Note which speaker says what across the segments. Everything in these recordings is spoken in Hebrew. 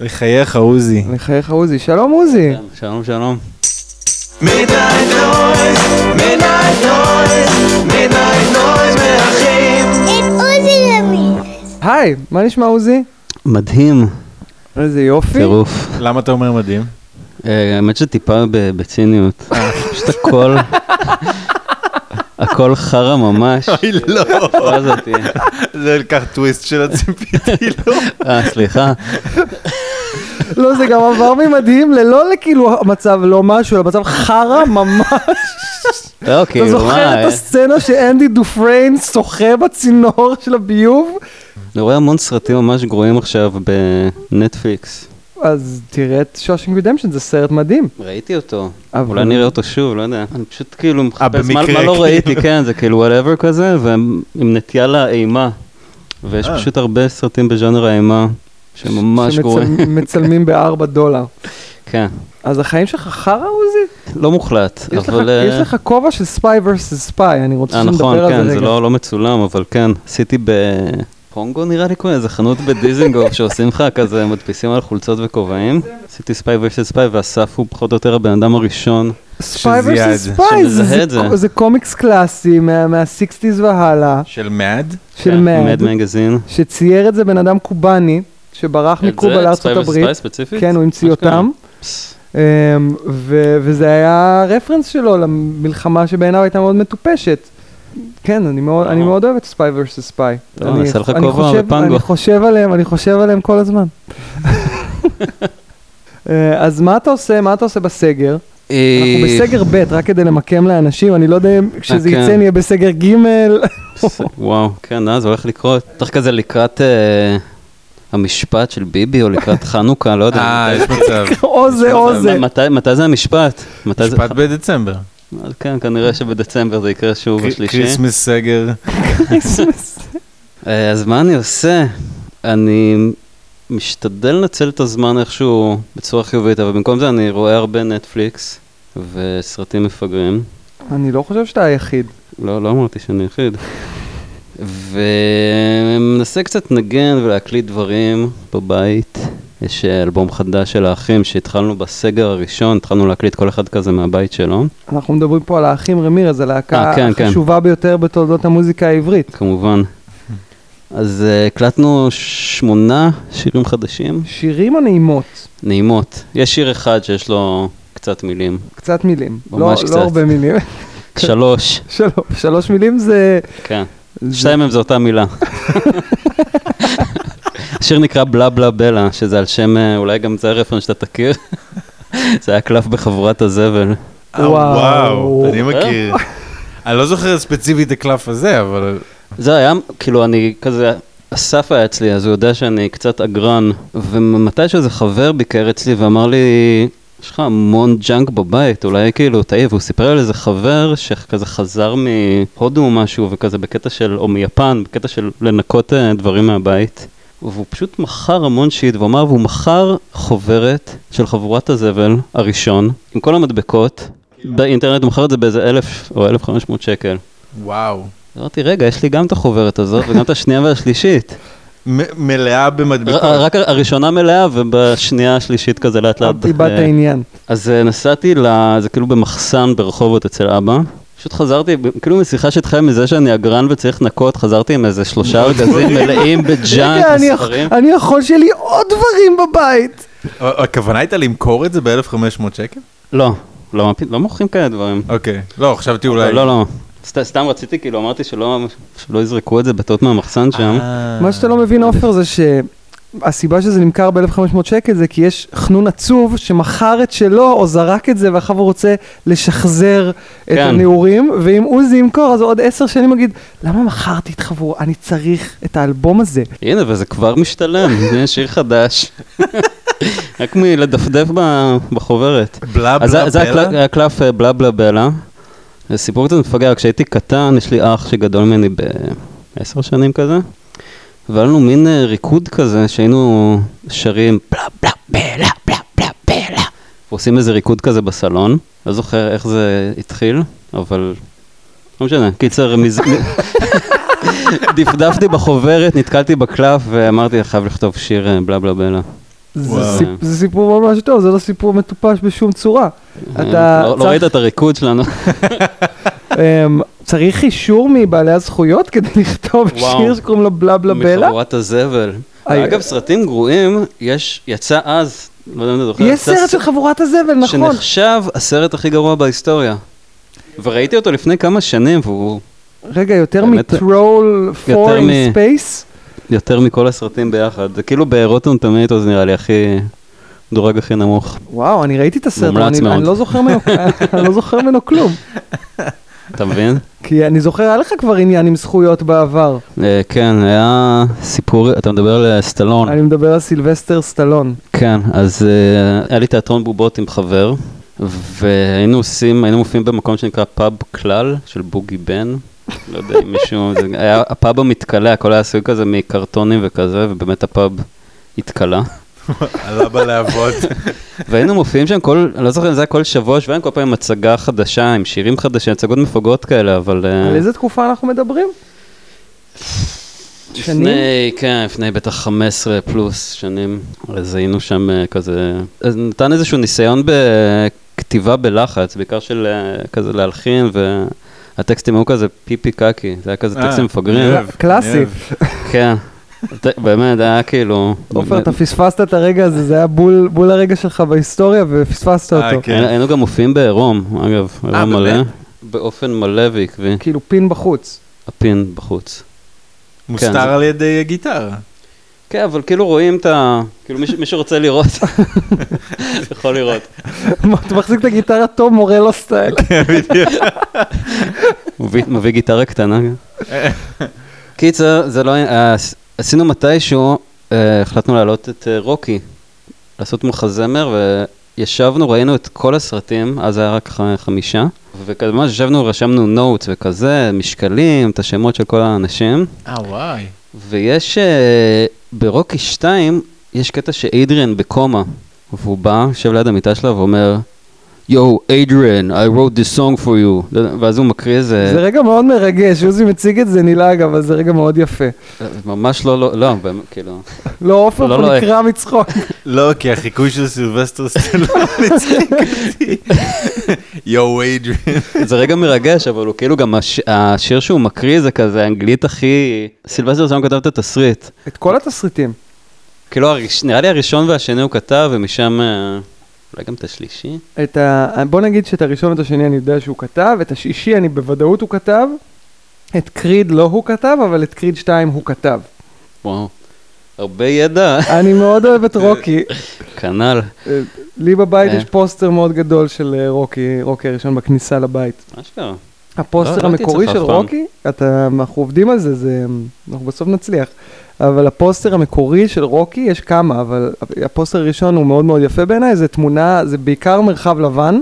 Speaker 1: לחייך, עוזי.
Speaker 2: לחייך עוזי. שלום עוזי.
Speaker 3: שלום, שלום.
Speaker 4: Midnight noise, midnight noise, midnight noise מהאחים.
Speaker 5: את עוזי למי.
Speaker 2: היי, מה נשמע עוזי?
Speaker 3: מדהים,
Speaker 2: כן. איזה יופי.
Speaker 3: טירוף.
Speaker 1: למה אתה אומר מדהים?
Speaker 3: אה, האמת שטיפה ב- בציניות. אה, פשוט הכל, הכל חרא ממש.
Speaker 1: אוי, לא.
Speaker 3: לא עזבתי.
Speaker 1: זה לקח טוויסט של הציפיתי לו.
Speaker 3: אה, סליחה.
Speaker 2: לא, זה גם עבר ממדהים ללא לכאילו מצב לא משהו, אלא מצב חרא ממש.
Speaker 3: לא,
Speaker 2: אתה
Speaker 3: כאילו, מה,
Speaker 2: זוכר את
Speaker 3: אה,
Speaker 2: הסצנה שאנדי דופריין שוחה בצינור של הביוב?
Speaker 3: אני רואה המון סרטים ממש גרועים עכשיו בנטפליקס.
Speaker 2: אז תראה את שושינג רידמפשן, זה סרט מדהים.
Speaker 3: ראיתי אותו.
Speaker 2: אבל- אה,
Speaker 3: אולי נראה אותו שוב, לא יודע. אני פשוט כאילו מחפש מה-
Speaker 1: במקרה,
Speaker 3: מה
Speaker 1: כאילו.
Speaker 3: לא ראיתי, כן, זה כאילו וואטאבר כזה, ועם נטייה לאימה. ויש
Speaker 1: אה.
Speaker 3: פשוט הרבה סרטים בז'אנר האימה שממש גרועים.
Speaker 2: שמצלמים בארבע דולר.
Speaker 3: כן.
Speaker 2: אז החיים שלך חרא עוזי?
Speaker 3: לא מוחלט,
Speaker 2: יש לך-
Speaker 3: אבל... אה,
Speaker 2: יש לך כובע של ספיי versus ספיי, אני רוצה
Speaker 3: אה,
Speaker 2: שנדבר
Speaker 3: נכון,
Speaker 2: על זה רגע.
Speaker 3: כן, זה לא לא מצולם, אבל כן, עשיתי בפונגו נראה לי קוראים, איזה חנות בדיזינגוף שעושים לך כזה, מדפיסים על חולצות וכובעים. עשיתי ספיי ורסט ספיי, ואסף הוא פחות או יותר הבן אדם הראשון.
Speaker 2: ספיי
Speaker 1: שזיהה את
Speaker 2: versus
Speaker 1: זה.
Speaker 2: ספיי,
Speaker 3: שמזהה את זה.
Speaker 2: זה קומיקס קלאסי מה-60's והלאה,
Speaker 1: של מאד?
Speaker 2: של מד,
Speaker 3: כן, מד מגזין.
Speaker 2: שצייר את זה בן אדם קובאני, שברח מקובה לארצות הברית.
Speaker 3: ספציפית?
Speaker 2: כן, הוא המציא
Speaker 3: מה שקרה?
Speaker 2: אותם.
Speaker 3: פס,
Speaker 2: אמ, ו- וזה היה רפרנס שלו למלחמה שבעיניו הייתה מאוד מטופשת. כן, אני מאוד, אני מאוד אוהב את ספיי versus ספיי.
Speaker 3: לא, נעשה לך כובע ופנגו.
Speaker 2: אני חושב עליהם, אני חושב עליהם כל הזמן. אה, אז מה אתה עושה, מה אתה עושה בסגר? אנחנו בסגר ב', רק כדי למקם לאנשים, אני לא יודע אם כשזה
Speaker 3: אה, כן.
Speaker 2: יצא נהיה בסגר ג',
Speaker 3: פס, וואו, כן, אה, זה הולך לקרות. צריך כזה לקראת אה, המשפט של ביבי, או לקראת חנוכה, לא יודע.
Speaker 1: אה, יש מצב.
Speaker 2: או זה או זה.
Speaker 3: מתי- מתי זה המשפט? מתי זה-
Speaker 1: משפט בדצמבר.
Speaker 3: אז כן, כנראה שבדצמבר זה יקרה שוב בשלישי.
Speaker 1: כריסמס סגר.
Speaker 3: אה, אז מה אני עושה? אני משתדל לנצל את הזמן איכשהו בצורה חיובית, אבל במקום זה אני רואה הרבה נטפליקס וסרטים מפגרים.
Speaker 2: אני לא חושב שאתה היחיד.
Speaker 3: לא, לא אמרתי שאני יחיד. ומנסה קצת לנגן ולהקליט דברים בבית. יש אה, אלבום חדש של האחים שהתחלנו בסגר הראשון, התחלנו להקליט כל אחד כזה מהבית שלו.
Speaker 2: אנחנו מדברים פה על האחים רמירז, הלהקה
Speaker 3: אה, כן, כן.
Speaker 2: החשובה ביותר בתולדות המוזיקה העברית.
Speaker 3: כמובן. אז אה, הקלטנו שמונה שירים חדשים,
Speaker 2: שירים הנעימות,
Speaker 3: נעימות. יש שיר אחד שיש לו קצת מילים.
Speaker 2: קצת מילים.
Speaker 3: ממש
Speaker 2: לא,
Speaker 3: קצת.
Speaker 2: לא הרבה מילים.
Speaker 3: שלוש,
Speaker 2: שלוש, שלוש מילים זה...
Speaker 3: כן.
Speaker 2: זה-
Speaker 3: שתיים מהם זה אותה מילה. השיר נקרא בלה בלה בלה, שזה על שם, אה, אולי גם זה הרפרנס שאתה תכיר. זה היה קלף בחבורת הזבל.
Speaker 1: אה, וואו,
Speaker 2: וואו.
Speaker 3: אה?
Speaker 1: אני מכיר. אני לא זוכר ספציפית את הקלף הזה, אבל...
Speaker 3: זה היה, כאילו, אני כזה, אסף היה אצלי, אז הוא יודע שאני קצת אגרן, ומתישהו איזה חבר ביקר אצלי ואמר לי, יש לך המון ג'אנק בבית, אולי כאילו, תעיף. הוא סיפר על איזה חבר שכזה חזר מהודו או משהו, וכזה בקטע של, או מיפן, בקטע של לנקות אה, דברים מהבית. והוא פשוט מכר המון שיט, והוא אמר, והוא מכר חוברת של חבורת הזבל הראשון, עם כל המדבקות, באינטרנט הוא מכר את זה באיזה אלף או אלף חמש מאות שקל.
Speaker 1: וואו.
Speaker 3: אמרתי, רגע, יש לי גם את החוברת הזאת וגם את השנייה והשלישית.
Speaker 1: מ- מלאה
Speaker 3: ר-
Speaker 1: במדבקות.
Speaker 3: אה, רק הר- הראשונה מלאה ובשנייה השלישית כזה לאט לאט.
Speaker 2: איבדת
Speaker 3: אה,
Speaker 2: עניין.
Speaker 3: אז אה, נסעתי, ל- זה כאילו במחסן ברחובות אצל אבא. פשוט חזרתי, ב- כאילו משיחה שהתחילה מזה שאני אגרן וצריך לנקות, חזרתי עם איזה שלושה ארגזים מלאים בג'אנק
Speaker 2: רגע, אני יכ-
Speaker 3: וספרים.
Speaker 2: אני יכול שיהיה לי עוד דברים בבית.
Speaker 1: ה- הכוונה הייתה למכור את זה ב-1500 שקל?
Speaker 3: לא, לא מה פת- לא מוכרים כאלה דברים.
Speaker 1: אוקיי. לא, חשבתי אולי...
Speaker 3: לא, לא. סת- סתם רציתי, כאילו, אמרתי שלא שלא יזרקו את זה בטעות מהמחסן שם.
Speaker 1: אה.
Speaker 2: מה שאתה לא מבין, עופר, זה שהסיבה שזה נמכר ב-1500 שקל זה כי יש חנון עצוב שמכר את שלו או זרק את זה ועכשיו הוא רוצה לשחזר את
Speaker 3: כן.
Speaker 2: הנעורים, ואם עוזי ימכור אז עוד עשר שנים הוא יגיד, למה מכרתי את חבורה? אני צריך את האלבום הזה.
Speaker 3: הנה, וזה כבר משתלם, זה שיר חדש. רק מלדפדף ב- בחוברת.
Speaker 1: בלה
Speaker 3: אז זה-
Speaker 1: אה, בלה
Speaker 3: זה הקלף-
Speaker 1: בלה?
Speaker 3: הקלף אה, בלה בלה בלה. זה סיפור קצת מפגר, כשהייתי קטן, יש לי אח שגדול ממני בעשר שנים כזה, והיה לנו מין אה, ריקוד כזה, שהיינו שרים בלה בלה בלה בלה בלה בלה. ועושים איזה ריקוד כזה בסלון, לא זוכר איך זה התחיל, אבל לא משנה, קיצר, מז... דפדפתי בחוברת, נתקלתי בקלף ואמרתי, אני חייב לכתוב שיר אה, בלה בלה בלה.
Speaker 2: זה
Speaker 1: וואו.
Speaker 2: סיפ- זה סיפור ממש טוב, זה לא סיפור מטופש בשום צורה. אתה
Speaker 3: לא- לא
Speaker 2: צריך-
Speaker 3: ראית את הריקוד שלנו?
Speaker 2: אמ, צריך אישור מבעלי הזכויות כדי לכתוב
Speaker 3: וואו.
Speaker 2: שיר שקוראים לו בלה בלה בלה?
Speaker 3: מחבורת הזבל.
Speaker 2: איי.
Speaker 3: אגב, סרטים גרועים, יש, יצא אז, לא יודע אם אתה זוכר,
Speaker 2: יש
Speaker 3: יצא
Speaker 2: סרט של חבורת הזבל, נכון.
Speaker 3: שנחשב הסרט הכי גרוע בהיסטוריה. וראיתי אותו לפני כמה שנים, והוא
Speaker 2: רגע, יותר
Speaker 3: באמת-
Speaker 2: מטרול פור
Speaker 3: יותר
Speaker 2: אין
Speaker 3: מ-
Speaker 2: ספייס?
Speaker 3: יותר מכל הסרטים ביחד. זה כאילו ברוטון טומטו זה נראה לי הכי... דורג הכי נמוך.
Speaker 2: וואו, אני ראיתי את הסרט, אבל
Speaker 3: מומלץ
Speaker 2: אני
Speaker 3: מאוד.
Speaker 2: אני לא זוכר ממנו- אני לא זוכר ממנו כלום.
Speaker 3: אתה מבין?
Speaker 2: כי אני זוכר, היה לך כבר עניין עם זכויות בעבר.
Speaker 3: אה, כן, היה סיפור, אתה מדבר על סטלון.
Speaker 2: אני מדבר על סילבסטר סטלון.
Speaker 3: כן, אז uh, היה לי תיאטרון בובות עם חבר, והיינו עושים, היינו מופיעים במקום שנקרא פאב כלל, של בוגי בן. לא יודע אם מישהו, זה היה הפאב המתכלה, הכל היה עשוי כזה מקרטונים וכזה, ובאמת הפאב התכלה.
Speaker 1: עלה בלהבות.
Speaker 3: והיינו מופיעים שם כל, אני לא זוכר אם זה היה כל שבוע, שבועיים, כל פעם עם הצגה חדשה, עם שירים חדשים, הצגות מפגרות כאלה, אבל... אה,
Speaker 2: על איזה תקופה אנחנו מדברים? שנים?
Speaker 3: לפני, כן, לפני בטח 15 פלוס שנים, אז היינו שם אה, כזה, אז נתן איזשהו ניסיון בכתיבה בלחץ, בעיקר של אה, כזה להלחין, והטקסטים היו כזה פיפי קקי, זה היה כזה
Speaker 1: אה,
Speaker 3: טקסטים מפגרים,
Speaker 2: קלאסי.
Speaker 3: כן, ט- באמת, היה כאילו,
Speaker 2: עופר, אתה
Speaker 3: באמת,
Speaker 2: פספסת את הרגע הזה, זה היה בול בול הרגע שלך בהיסטוריה ופספסת
Speaker 1: אה,
Speaker 2: אותו.
Speaker 1: כן. אה,
Speaker 3: היינו היינו גם מופיעים בעירום, אגב, עירום מלא,
Speaker 1: באמת?
Speaker 3: באופן מלא ועקבי,
Speaker 2: כאילו פין בחוץ.
Speaker 3: הפין בחוץ. זה-
Speaker 1: מוסתר על ידי הגיטרה.
Speaker 3: כן, אבל כאילו רואים את ה... כאילו מי ש- מי שרוצה לראות, יכול לראות.
Speaker 2: מה, אתה מחזיק את הגיטרה טוב, מורה לא סטייל.
Speaker 3: מביא מביא גיטרה קטנה. כן.
Speaker 1: אה,
Speaker 3: קיצר, זה לא... היה- עש- עשינו מתישהו, אה, החלטנו להעלות את אה, רוקי, לעשות מחזמר, וישבנו, ראינו את כל הסרטים, אז היה רק ח- חמישה, וכזה ממש ישבנו, רשמנו נוטס וכזה, משקלים, את השמות של כל האנשים,
Speaker 1: אה, וואי.
Speaker 3: ויש... אה, ברוקי 2, יש קטע שאיידריאן בקומה, והוא בא, יושב ליד המיטה שלה ואומר, יואו, איידריאן, I wrote this song for you, לא ואז הוא מקריא איזה...
Speaker 2: זה רגע מאוד מרגש, עוזי מציג את זה נלעג, אבל זה רגע מאוד יפה.
Speaker 3: ממש לא, לא, לא, באמת, כאילו,
Speaker 2: לא, עופר
Speaker 3: לא,
Speaker 2: פה
Speaker 3: לא,
Speaker 2: נקרע מצחוק.
Speaker 1: לא, כי החיקוי של סילבסטר סטלון הצחיק אותי. יואו איידריאן.
Speaker 3: זה רגע מרגש, אבל הוא כאילו גם הש, השיר שהוא מקריא זה כזה האנגלית הכי... סילבסטר זמן כתב את התסריט.
Speaker 2: את כל התסריטים.
Speaker 3: כאילו, הראש, נראה לי הראשון והשני הוא כתב, ומשם... אה, אולי גם את השלישי?
Speaker 2: את ה... בוא נגיד שאת הראשון ואת השני אני יודע שהוא כתב, את השישי אני בוודאות הוא כתב, את קריד לא הוא כתב, אבל את קריד 2 הוא כתב.
Speaker 3: וואו. הרבה ידע.
Speaker 2: אני מאוד אוהב את רוקי.
Speaker 3: כנ"ל.
Speaker 2: אה, לי בבית
Speaker 3: אה.
Speaker 2: יש פוסטר מאוד גדול של אה, רוקי, רוקי הראשון בכניסה לבית.
Speaker 3: מה שקרה?
Speaker 2: הפוסטר
Speaker 3: לא ראיתי את
Speaker 2: המקורי
Speaker 3: זה אף
Speaker 2: של
Speaker 3: פעם.
Speaker 2: רוקי, אתה, אנחנו עובדים על זה, זה, אנחנו בסוף נצליח. אבל הפוסטר המקורי של רוקי, יש כמה, אבל הפוסטר הראשון הוא מאוד מאוד יפה בעיניי, זה תמונה, זה בעיקר מרחב לבן,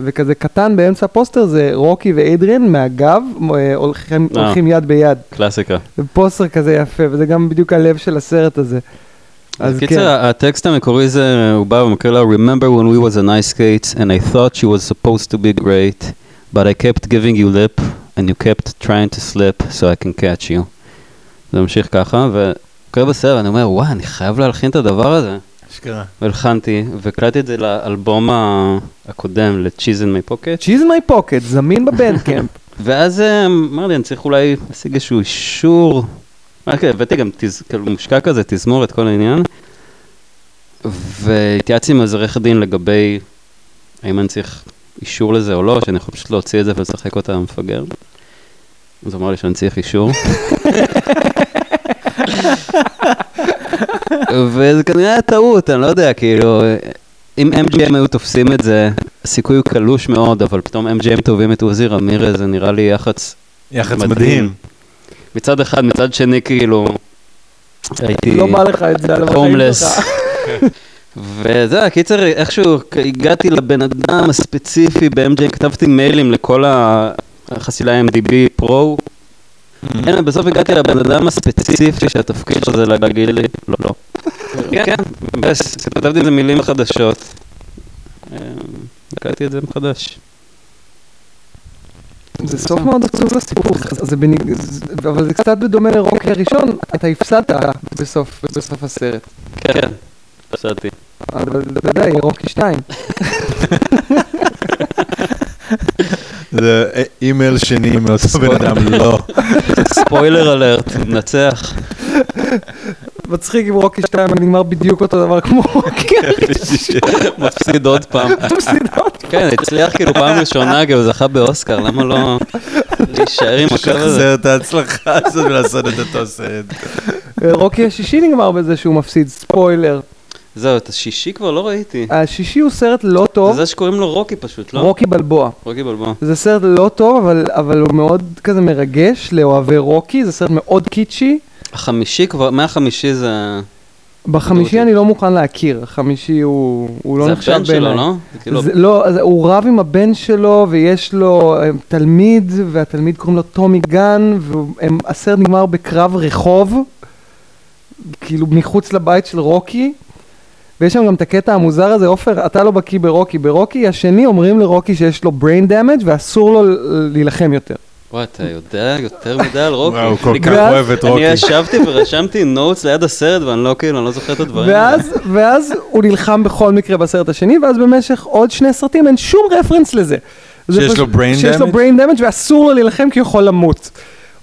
Speaker 2: וכזה קטן באמצע הפוסטר זה רוקי ואדריאן מהגב, אה, הולכים,
Speaker 3: אה.
Speaker 2: הולכים יד ביד.
Speaker 3: קלאסיקה.
Speaker 2: זה פוסטר כזה יפה, וזה גם בדיוק הלב של הסרט הזה. אז
Speaker 3: בקיצר,
Speaker 2: כן,
Speaker 3: הטקסט המקורי זה, הוא בא ומקריא לה, Remember when we was a nice kid and I thought she was supposed to be great, but I kept giving you lip and you kept trying to slip so I can catch you. זה ממשיך ככה, וקורא בסרט, אני אומר, וואי, אני חייב להלחין את הדבר הזה.
Speaker 1: אשכרה.
Speaker 3: והלחנתי, והקלטתי את זה לאלבום ה- הקודם, ל-Cheese in my pocket,
Speaker 2: Cheese in my pocket, זמין בבנדקאמפ.
Speaker 3: ואז אה, אמר לי, אני צריך אולי להשיג איזשהו אישור. רק הבאתי גם תז... כאילו מושקע כזה, תזמור את כל העניין. והתייעצתי עם איזה עורך דין לגבי האם אני צריך אישור לזה או לא, שאני יכול פשוט להוציא את זה ולשחק אותה מפגר. אז הוא אמר לי שאני צריך אישור. וזה כנראה היה טעות, אני לא יודע, כאילו, אם MGM היו תופסים את זה, הסיכוי הוא קלוש מאוד, אבל פתאום MGM תובעים את עוזי רמירז, זה נראה לי יח"צ
Speaker 1: יח"צ מדהים.
Speaker 3: מצד אחד, מצד שני, כאילו, הייתי
Speaker 2: לא בא לך את זה על החיים
Speaker 3: הומלס.
Speaker 2: שלך.
Speaker 3: וזהו, הקיצר, איכשהו הגעתי לבן אדם הספציפי ב-MJ, כתבתי מיילים לכל ה- החסילה MDB פרו. אין, בסוף כן, הגעתי לבן אדם הספציפי שהתפקיד שלו זה להגיד לי, לא, לא. כן, בס, כתבתי איזה מילים חדשות. אה, הקלטתי את זה מחדש.
Speaker 2: זה סוף מאוד עצוב לסיפור, זה בניג... זה- אבל זה קצת בדומה לרוקי הראשון, אתה הפסדת בסוף, בסוף הסרט.
Speaker 3: כן. הפסדתי.
Speaker 2: אבל אתה יודע, יהיה רוקי 2.
Speaker 1: זה אימייל שני מאותו בן אדם, לא.
Speaker 3: ספוילר אלרט, נצח.
Speaker 2: מצחיק אם רוקי 2 נגמר בדיוק אותו דבר כמו רוקי
Speaker 3: כן. מפסיד עוד פעם.
Speaker 2: הפסידות.
Speaker 3: כן, הצליח כאילו פעם ראשונה, גם זכה באוסקר, למה לא להישאר עם הקו הזה?
Speaker 1: שחזר את ההצלחה הזאת ולעשות את אותו סרט.
Speaker 2: רוקי השישי נגמר בזה שהוא מפסיד, ספוילר.
Speaker 3: זהו, את השישי כבר לא ראיתי.
Speaker 2: השישי הוא סרט אה, לא טוב,
Speaker 3: זה זה שקוראים לו רוקי פשוט, לא?
Speaker 2: רוקי בלבוע.
Speaker 3: רוקי בלבוע.
Speaker 2: זה סרט לא טוב, אבל, אבל הוא מאוד כזה מרגש לאוהבי רוקי, זה סרט מאוד קיצ'י.
Speaker 3: החמישי כבר, מהחמישי זה...
Speaker 2: בחמישי
Speaker 3: אותי.
Speaker 2: אני לא מוכן להכיר, החמישי הוא, הוא לא
Speaker 3: זה
Speaker 2: נחשב
Speaker 3: הבן
Speaker 2: בעיניי.
Speaker 3: שלו, לא? זה כאילו-
Speaker 2: זה, לא, אז הוא רב עם הבן שלו, ויש לו אה, תלמיד, והתלמיד קוראים לו טומי גן, והסרט נגמר בקרב רחוב, כאילו מחוץ לבית של רוקי, ויש שם גם את הקטע המוזר הזה, עופר, אתה לא בקיא ברוקי, ברוקי השני אומרים לרוקי שיש לו brain damage ואסור לו ל- להילחם יותר.
Speaker 3: וואי, אתה יודע יותר מדי על רוקי.
Speaker 1: וואו, כל
Speaker 3: אני
Speaker 1: כך
Speaker 2: ואז-
Speaker 1: אוהב את רוקי.
Speaker 3: אוקיי. אני ישבתי ורשמתי נוטס ליד הסרט, ואני לא כאילו, אני לא זוכר את הדברים. האלה.
Speaker 2: ואז, ואז הוא נלחם בכל מקרה בסרט השני, ואז במשך עוד שני סרטים אין שום רפרנס לזה. זה
Speaker 1: שיש לו brain
Speaker 2: שיש לו
Speaker 1: damage?
Speaker 2: brain damage ואסור לו להילחם כי הוא יכול למות.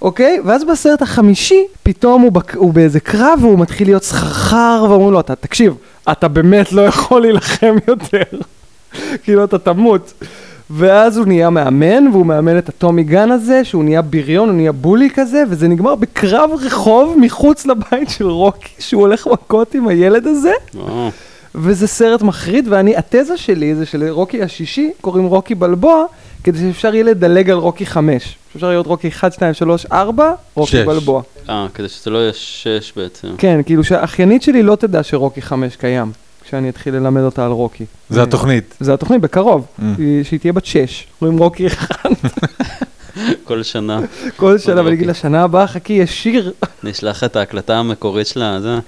Speaker 2: אוקיי? ואז בסרט החמישי, פתאום הוא, בק... הוא באיזה קרב והוא מתחיל להיות סחרחר, ואומרים לו, אתה, תקשיב, אתה באמת לא יכול להילחם יותר. כאילו, אתה תמות. ואז הוא נהיה מאמן, והוא מאמן את הטומי גן הזה, שהוא נהיה בריון, הוא נהיה בולי כזה, וזה נגמר בקרב רחוב מחוץ לבית של רוקי, שהוא הולך מכות עם הילד הזה,
Speaker 3: וואו.
Speaker 2: וזה סרט מחריד, ואני, התזה שלי זה שלרוקי השישי קוראים רוקי בלבוע, כדי שאפשר יהיה לדלג על רוקי חמש. אפשר להיות רוקי 1, 2, 3, 4, רוקי
Speaker 1: שש.
Speaker 2: בלבוע.
Speaker 3: אה, כדי שזה לא יהיה שש בעצם.
Speaker 2: כן, כאילו שהאחיינית שלי לא תדע שרוקי חמש קיים, כשאני אתחיל ללמד אותה על רוקי.
Speaker 1: זה התוכנית.
Speaker 2: זה התוכנית בקרוב,
Speaker 3: אה.
Speaker 2: היא- שהיא תהיה בת שש. קוראים רוקי
Speaker 3: כל שנה
Speaker 2: כל שנה, ואני
Speaker 3: אוקיי.
Speaker 2: אגיד לה, שנה הבאה חכי, יש שיר.
Speaker 3: נשלח את ההקלטה המקורית שלה, זה...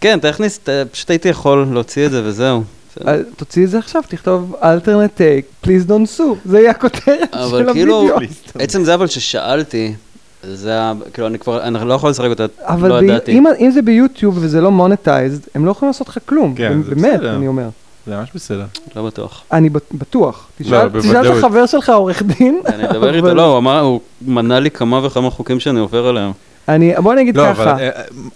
Speaker 3: כן, טכניס, ת- פשוט הייתי יכול להוציא את זה וזהו.
Speaker 2: אל- תוציא את זה עכשיו, תכתוב alternate take, please don't sue, זה יהיה הכותרת של
Speaker 3: אבל כאילו,
Speaker 2: הווידאו.
Speaker 3: עצם זה אבל ששאלתי, זה ה... כאילו, אני כבר, אני לא יכול לשחק אותה,
Speaker 2: אבל
Speaker 3: לא
Speaker 2: ב-
Speaker 3: ידעתי.
Speaker 2: אם- אם זה ביוטיוב וזה לא מונטייזד, הם לא יכולים לעשות לך כלום,
Speaker 1: כן, זה
Speaker 2: באמת,
Speaker 1: בסדר.
Speaker 2: אני אומר.
Speaker 1: זה ממש בסדר.
Speaker 3: לא בטוח.
Speaker 2: אני בט- בטוח, תשאל
Speaker 1: לא,
Speaker 2: תשאל את
Speaker 1: בוודאות.
Speaker 2: החבר שלך, עורך דין.
Speaker 3: אני אדבר איתו,
Speaker 2: אבל-
Speaker 3: לא, הוא אמר, הוא מנה לי כמה וכמה חוקים שאני עובר עליהם.
Speaker 2: אני, בוא אני אגיד
Speaker 1: לא, אבל
Speaker 2: ככה,
Speaker 1: אה,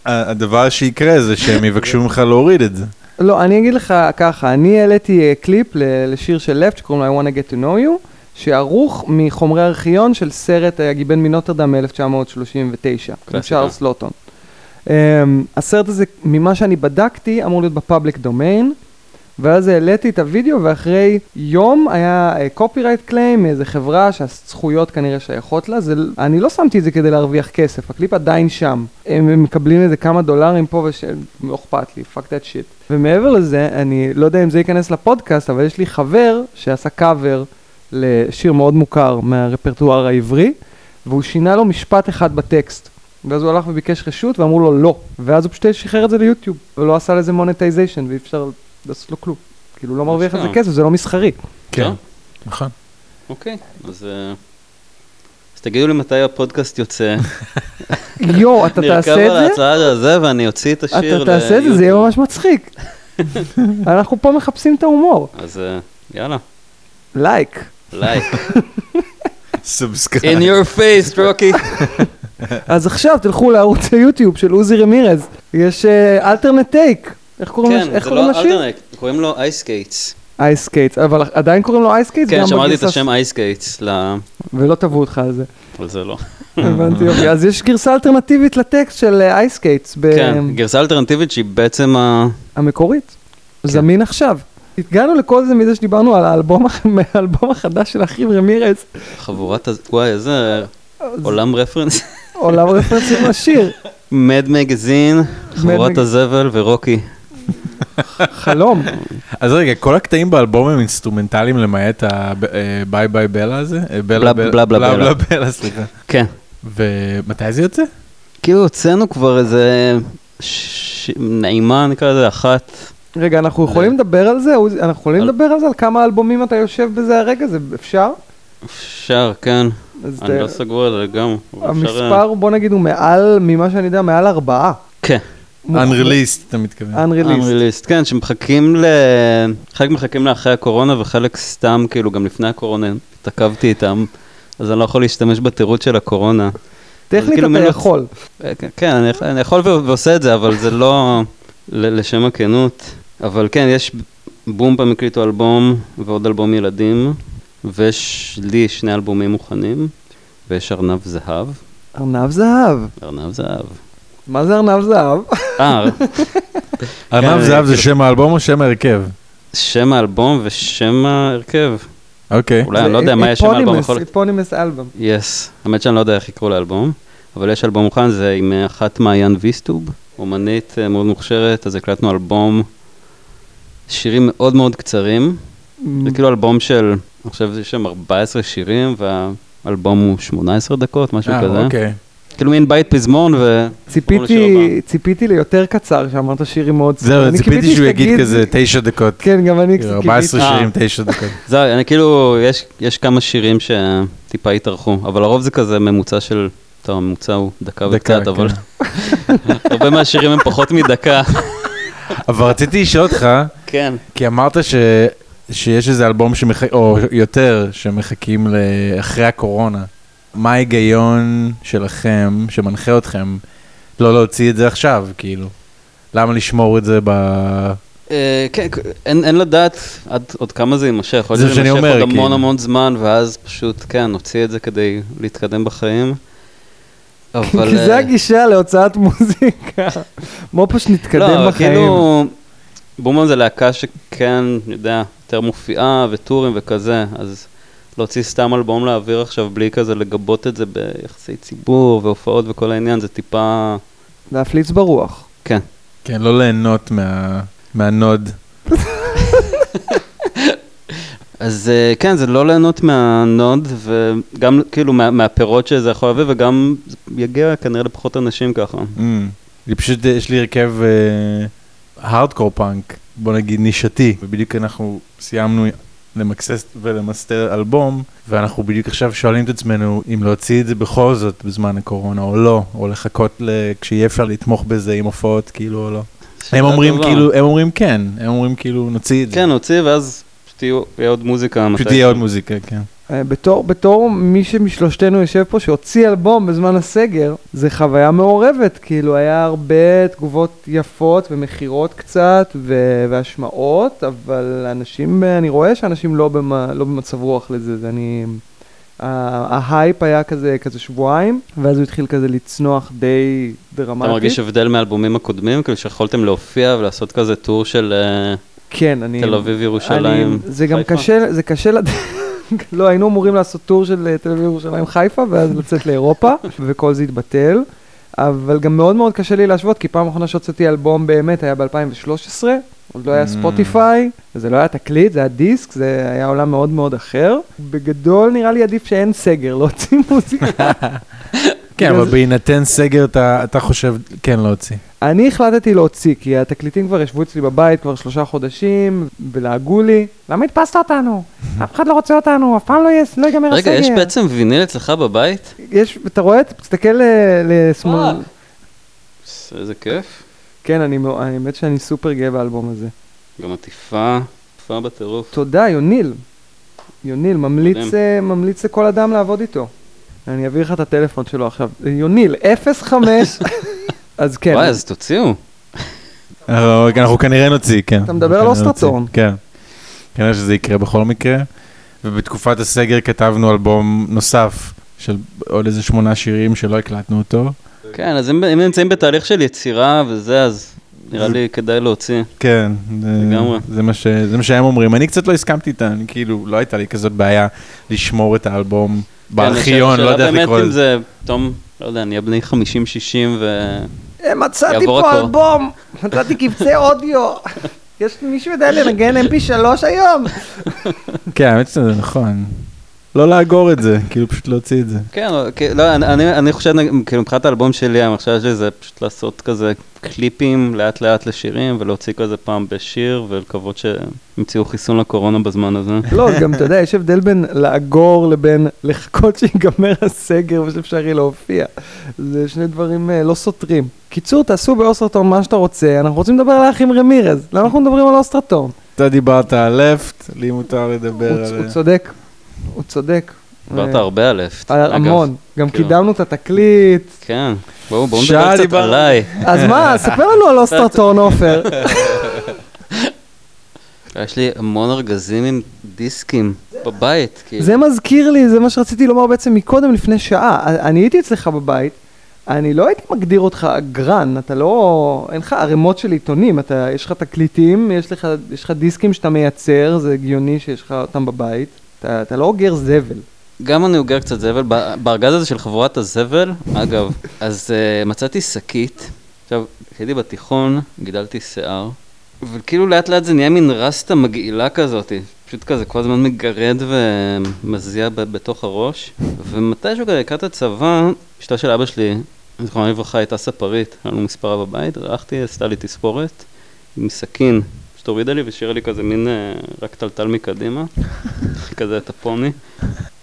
Speaker 1: אה, הדבר שיקרה זה שהם יבקשו ממך להוריד את זה.
Speaker 2: לא, אני אגיד לך ככה, אני העליתי אה, קליפ ל- לשיר של לפט שקוראים לו I want to get to know you, שערוך מחומרי ארכיון של סרט אה, הגיבן מנוטרדם מ-1939, עם
Speaker 3: קלאסיקה.
Speaker 2: צ'ארלס לוטון. Um, הסרט הזה, ממה שאני בדקתי, אמור להיות בפאבליק דומיין, ואז העליתי את הוידאו, ואחרי יום היה קופירייט קליים מאיזה חברה שהזכויות כנראה שייכות לה, זה, ל- אני לא שמתי את זה כדי להרוויח כסף, הקליפ עדיין שם. הם, הם מקבלים איזה כמה דולרים פה, וש... לא אכפת לי, fuck that shit. ומעבר לזה, אני לא יודע אם זה ייכנס לפודקאסט, אבל יש לי חבר שעשה קאבר לשיר מאוד מוכר מהרפרטואר העברי, והוא שינה לו משפט אחד בטקסט. ואז הוא הלך וביקש רשות ואמרו לו לא, ואז הוא פשוט שחרר את זה ליוטיוב, ולא עשה לזה מונטייזיישן, ואי אפשר לעשות לו כלום. כאילו הוא לא מרוויח על זה
Speaker 3: אשכרה.
Speaker 2: כסף, זה לא מסחרי.
Speaker 3: לא?
Speaker 1: נכון.
Speaker 3: אוקיי, אז... אה, אז תגידו לי מתי הפודקאסט יוצא.
Speaker 2: יואו, אתה תעשה
Speaker 3: נרכב על
Speaker 2: את זה?
Speaker 3: ההצעה הזה ואני אוציא את השיר.
Speaker 2: אתה תעשה את זה, זה יהיה
Speaker 3: ליוטיוב.
Speaker 2: ממש מצחיק. אנחנו פה מחפשים את ההומור.
Speaker 3: אז אה, יאללה,
Speaker 2: לייק.
Speaker 3: לייק.
Speaker 1: סאבסקרייב.
Speaker 3: In your face, רוקי.
Speaker 2: אז עכשיו תלכו לערוץ היוטיוב של עוזי רמירז, יש אלטרנט טייק. איך קוראים לש-
Speaker 3: כן,
Speaker 2: איך
Speaker 3: זה
Speaker 2: קוראים
Speaker 3: לא
Speaker 2: לשיר?
Speaker 3: אלטרנט, קוראים לו אייסקייטס.
Speaker 2: אייס קייטס, אבל עדיין קוראים לו אייס קייטס?
Speaker 3: כן, שמעתי את השם אייסקייטס,
Speaker 2: ולא תבעו אותך על זה.
Speaker 3: אבל זה לא.
Speaker 2: הבנתי, יופי. אז יש גרסה אלטרנטיבית לטקסט של אה, אייס קייטס.
Speaker 3: כן, גרסה אלטרנטיבית שהיא בעצם ה...
Speaker 2: המקורית.
Speaker 3: כן.
Speaker 2: זמין עכשיו. הגענו לכל זה מזה שדיברנו על האלבום, הח- מהאלבום החדש של אחיו רמירז,
Speaker 3: חבורת, הז- וואי, איזה עולם רפרנס.
Speaker 2: עולם רפרנסים לשיר,
Speaker 3: מד מגזין, חבורת
Speaker 2: מג-
Speaker 3: הזבל ורוקי.
Speaker 2: חלום.
Speaker 1: אז רגע, כל הקטעים באלבום הם אינסטרומנטליים למעט הביי ביי בלה הזה? אה,
Speaker 3: בלה- בלה- בלה-
Speaker 1: בלה
Speaker 3: בלה.
Speaker 1: בלה, סליחה.
Speaker 3: כן.
Speaker 1: ומתי זה יוצא?
Speaker 3: כאילו הוצאנו כבר איזה ש- נעימה נקרא לזה, אחת.
Speaker 2: רגע, אנחנו יכולים לדבר על זה? עוזי? אנחנו יכולים
Speaker 3: על-
Speaker 2: לדבר על זה? על כמה אלבומים אתה יושב בזה הרגע? זה אפשר?
Speaker 3: אפשר, כן.
Speaker 2: אז
Speaker 3: אני
Speaker 2: ת-
Speaker 3: לא סגור על זה גם. אבל אפשר, אה,
Speaker 2: המספר, בוא נגיד, הוא מעל, ממה שאני יודע, מעל ארבעה.
Speaker 3: כן.
Speaker 1: Unreleased, אתה מתכוון.
Speaker 3: אה,
Speaker 2: Unreleased.
Speaker 3: אנריליסט, כן, שמחכים ל... חלק מחכים לאחרי הקורונה וחלק סתם, כאילו, גם לפני הקורונה התעכבתי איתם, אז אני לא יכול להשתמש בתירוץ של הקורונה.
Speaker 2: טכנית
Speaker 3: כאילו, מין
Speaker 2: אתה
Speaker 3: לא-
Speaker 2: יכול.
Speaker 3: אה, כן, כן, אני, אני יכול ו- ועושה את זה, אבל זה לא ל- לשם הכנות. אבל כן, יש בום פעם הקליטו אלבום ועוד אלבום ילדים, ויש לי שני אלבומים מוכנים, ויש ארנב זהב,
Speaker 2: ארנב זהב.
Speaker 3: ארנב זהב.
Speaker 2: מה זה ארנב זהב?
Speaker 3: אה,
Speaker 1: ארנב
Speaker 3: כן,
Speaker 1: זהב זה
Speaker 3: כאילו-
Speaker 1: שם האלבום או שם ההרכב?
Speaker 3: שם האלבום ושם ההרכב.
Speaker 1: אוקיי.
Speaker 3: אולי אני לא יודע מה יש שם האלבום. יכול-
Speaker 2: היפונימס אלבום.
Speaker 3: יס, האמת שאני לא יודע איך יקראו לאלבום, אבל יש אלבום מוכן, זה עם אה, אחת מעיין ויסטוב, אומנית אה, מאוד מוכשרת, אז הקלטנו אלבום, שירים מאוד מאוד קצרים, זה כאילו אלבום של, אני חושב שיש שם 14 שירים, והאלבום הוא 18 דקות, משהו
Speaker 1: אה,
Speaker 3: כזה.
Speaker 1: אוקיי.
Speaker 3: כאילו מין בית פזמון, ו...
Speaker 2: Mm, ציפיתי, ציפיתי ליותר קצר, שאמרת שירים מאוד
Speaker 1: זהו,
Speaker 2: אני
Speaker 1: ציפיתי שהוא
Speaker 2: שתגיד-
Speaker 1: יגיד כזה תשע דקות.
Speaker 2: כן, גם אני
Speaker 1: כאילו,
Speaker 2: קיוויתי.
Speaker 1: 14
Speaker 3: אה.
Speaker 1: שירים, תשע דקות.
Speaker 3: זהו, אני כאילו, יש, יש כמה שירים שטיפה התארחו, אבל לרוב זה כזה ממוצע של, טוב, הממוצע הוא דקה,
Speaker 1: דקה,
Speaker 3: וקצת, אבל
Speaker 1: כן.
Speaker 3: הרבה מהשירים הם פחות מדקה.
Speaker 1: אבל רציתי לשאול אותך,
Speaker 3: כן.
Speaker 1: כי אמרת ש... שיש איזה אלבום שמחכים, או יותר, שמחכים לאחרי הקורונה. מה ההיגיון שלכם, שמנחה אתכם, לא להוציא את זה עכשיו, כאילו? למה לשמור את זה ב...
Speaker 3: אה, כן, אין, אין לדעת עד עוד כמה זה יימשך, יכול
Speaker 1: זה
Speaker 3: להיות
Speaker 1: מה שאני אומר,
Speaker 3: עוד המון
Speaker 1: כאילו.
Speaker 3: המון זמן, ואז פשוט, כן, נוציא את זה כדי להתקדם בחיים. אבל...
Speaker 2: כן, כי זה
Speaker 3: אה,
Speaker 2: הגישה להוצאת מוזיקה. בוא פשוט נתקדם
Speaker 3: אבל
Speaker 2: בחיים.
Speaker 3: כאילו, בומון זה להקה שכן, אני יודע, יותר מופיעה וטורים וכזה, אז להוציא סתם אלבום לאוויר עכשיו בלי כזה לגבות את זה ביחסי ציבור והופעות וכל העניין, זה טיפה...
Speaker 2: להפליץ ברוח.
Speaker 3: כן.
Speaker 1: כן, לא ליהנות מה... מהנוד.
Speaker 3: אז אה, כן, זה לא ליהנות מהנוד, וגם כאילו מה, מהפירות שזה יכול להביא, וגם זה יגיע כנראה לפחות אנשים ככה.
Speaker 1: Mm. אני פשוט, אה, יש לי הרכב הארדקור פאנק, בוא נגיד נישתי, ובדיוק אנחנו סיימנו למקסס ולמסטר אלבום, ואנחנו בדיוק עכשיו שואלים את עצמנו אם להוציא את זה בכל זאת בזמן הקורונה או לא, או לחכות ל- כשיהיה אפשר לתמוך בזה עם הופעות, כאילו או לא. הם
Speaker 3: שאלה
Speaker 1: אומרים
Speaker 3: טובה.
Speaker 1: כאילו, הם אומרים כן, הם אומרים כאילו נוציא את זה.
Speaker 3: כן, נוציא, ואז פשוט יהיו- יהיה עוד מוזיקה.
Speaker 1: פשוט
Speaker 3: מתי-
Speaker 1: יהיה עוד מוזיקה, כן.
Speaker 2: אה, בתור, בתור מי שמשלושתנו יושב פה שהוציא אלבום בזמן הסגר, זה חוויה מעורבת, כאילו היה הרבה תגובות יפות ומכירות קצת ו- והשמעות, אבל אנשים, אה, אני רואה שאנשים לא, במה, לא במצב רוח לזה, זה אני... ה- ההייפ היה כזה, כזה שבועיים, ואז הוא התחיל כזה לצנוח די
Speaker 3: אתה
Speaker 2: דרמטית.
Speaker 3: מרגיש הבדל מהאלבומים הקודמים? כאילו שיכולתם להופיע ולעשות כזה טור של אה,
Speaker 2: כן, אני...
Speaker 3: תל אביב, ירושלים.
Speaker 2: אני, זה גם
Speaker 3: חיפה.
Speaker 2: קשה, זה קשה לדעת. לא, היינו אמורים לעשות טור של אה, תל אביב ירושלים חיפה, ואז לצאת לאירופה, וכל זה התבטל. אבל גם מאוד מאוד קשה לי להשוות, כי פעם אחרונה שהוצאתי אלבום באמת היה ב-2013, עוד לא היה
Speaker 1: Mm.
Speaker 2: ספוטיפיי, וזה לא היה תקליט, זה היה דיסק, זה היה עולם מאוד מאוד אחר. בגדול נראה לי עדיף שאין סגר להוציא מוזיקה.
Speaker 1: כן,
Speaker 2: בגלל
Speaker 1: אבל
Speaker 2: זה-
Speaker 1: בהינתן סגר אתה אתה חושב כן להוציא.
Speaker 2: אני החלטתי להוציא, כי התקליטים כבר ישבו אצלי בבית כבר שלושה חודשים, ולעגו לי, למה הדפסת אותנו? אף אחד לא רוצה אותנו, אף פעם לא יהיה- לא ייגמר הסגר.
Speaker 3: רגע, יש בעצם ויניל אצלך בבית?
Speaker 2: יש, אתה רואה? אתה תסתכל ל- לשמאל.
Speaker 3: וואו. ס- איזה כיף.
Speaker 2: כן, אני מאו- אני- האמת שאני סופר גאה באלבום הזה.
Speaker 3: גם עטיפה, עטיפה בטירוף.
Speaker 2: תודה, יוניל. יוניל, ממליץ,
Speaker 3: מדהים.
Speaker 2: אה, ממליץ לכל אדם לעבוד איתו. אני אעביר לך את הטלפון שלו עכשיו. יוניל, 05. אז כן.
Speaker 3: וואי, אז תוציאו.
Speaker 1: אה, אנחנו אנחנו כנראה נוציא, כן.
Speaker 2: אתה מדבר על
Speaker 1: אנחנו כנראה
Speaker 2: אוסטרטורן.
Speaker 1: נוציא, כן. כנראה שזה יקרה בכל מקרה. ובתקופת הסגר כתבנו אלבום נוסף של עוד איזה שמונה שירים שלא הקלטנו אותו.
Speaker 3: כן, אז אם אם נמצאים בתהליך של יצירה וזה, אז נראה
Speaker 1: זה-
Speaker 3: לי כדאי להוציא.
Speaker 1: כן, זה-
Speaker 3: לגמרי.
Speaker 1: זה מה ש- זה מה שהם אומרים. אני קצת לא הסכמתי איתם, אני כאילו, לא הייתה לי כזאת בעיה לשמור את האלבום בארכיון,
Speaker 3: כן,
Speaker 1: לא יודע איך
Speaker 3: השאלה
Speaker 1: לקרוא
Speaker 3: באמת אם
Speaker 1: לזה.
Speaker 3: זה, פתאום, לא יודע, נהיה בני 50-60 ו...
Speaker 2: אה, מצאתי
Speaker 3: יעבור
Speaker 2: פה
Speaker 3: הכל.
Speaker 2: אלבום, מצאתי קבצי אודיו. יש מישהו יודע לנגן mp3 היום?
Speaker 1: כן, האמת שזה נכון. לא לאגור את זה, כאילו פשוט להוציא את זה.
Speaker 3: כן, אבל כאילו, לא, אני- אני, אני חושב, נגיד, כאילו מבחינת האלבום שלי, המחשב שלי זה פשוט לעשות כזה קליפים לאט לאט לשירים, ולהוציא כזה פעם בשיר, ולקוות שימצאו חיסון לקורונה בזמן הזה.
Speaker 2: לא, גם אתה יודע, יש הבדל בין לאגור לבין לחכות שיגמר הסגר ושאפשר יהיה להופיע. זה שני דברים אה, לא סותרים. קיצור, תעשו באוסטרטום מה שאתה רוצה, אנחנו רוצים לדבר על האחים רמירז, למה אנחנו מדברים על אוסטרטום?
Speaker 1: אתה דיברת על לפט, לי מותר
Speaker 2: הוא
Speaker 1: לדבר
Speaker 2: צ-
Speaker 1: על...
Speaker 2: הוא צודק, הוא צודק.
Speaker 3: דיברת
Speaker 2: אה,
Speaker 3: הרבה על לפט.
Speaker 2: על-
Speaker 3: אגב.
Speaker 2: המון, גם
Speaker 3: כאילו.
Speaker 2: קידמנו את התקליט.
Speaker 3: כן. בואו בואו
Speaker 1: שעה
Speaker 3: נדבר קצת
Speaker 1: דיברנו.
Speaker 3: עליי.
Speaker 2: אז מה, ספר לנו על אוסטרטון, עופר.
Speaker 3: יש לי המון ארגזים עם דיסקים בבית, כאילו.
Speaker 2: זה מזכיר לי, זה מה שרציתי לומר בעצם מקודם, לפני שעה. אני הייתי אצלך בבית, אני לא הייתי מגדיר אותך אגרן, אתה לא... אין לך ערימות של עיתונים, אתה, יש לך תקליטים, יש לך, יש לך דיסקים שאתה מייצר, זה הגיוני שיש לך אותם בבית. אתה, אתה לא אוגר זבל.
Speaker 3: גם אני אוגר קצת זבל, ב- בארגז הזה של חבורת הזבל, אגב, אז אה, מצאתי שקית, עכשיו, כשהייתי בתיכון, גידלתי שיער, וכאילו לאט לאט זה נהיה מין רסטה מגעילה כזאת, פשוט כזה כל הזמן מגרד ומזיע ב- בתוך הראש, ומתישהו כזה לקראת הצבא, אשתו של אבא שלי, זיכרונו לברכה, הייתה ספרית, היה לנו מספרה בבית, הלכתי, עשתה לי תספורת, עם סכין, פשוט הורידה לי והשאירה לי כזה מין אה, רק טלטל מקדימה, כזה את הפוני.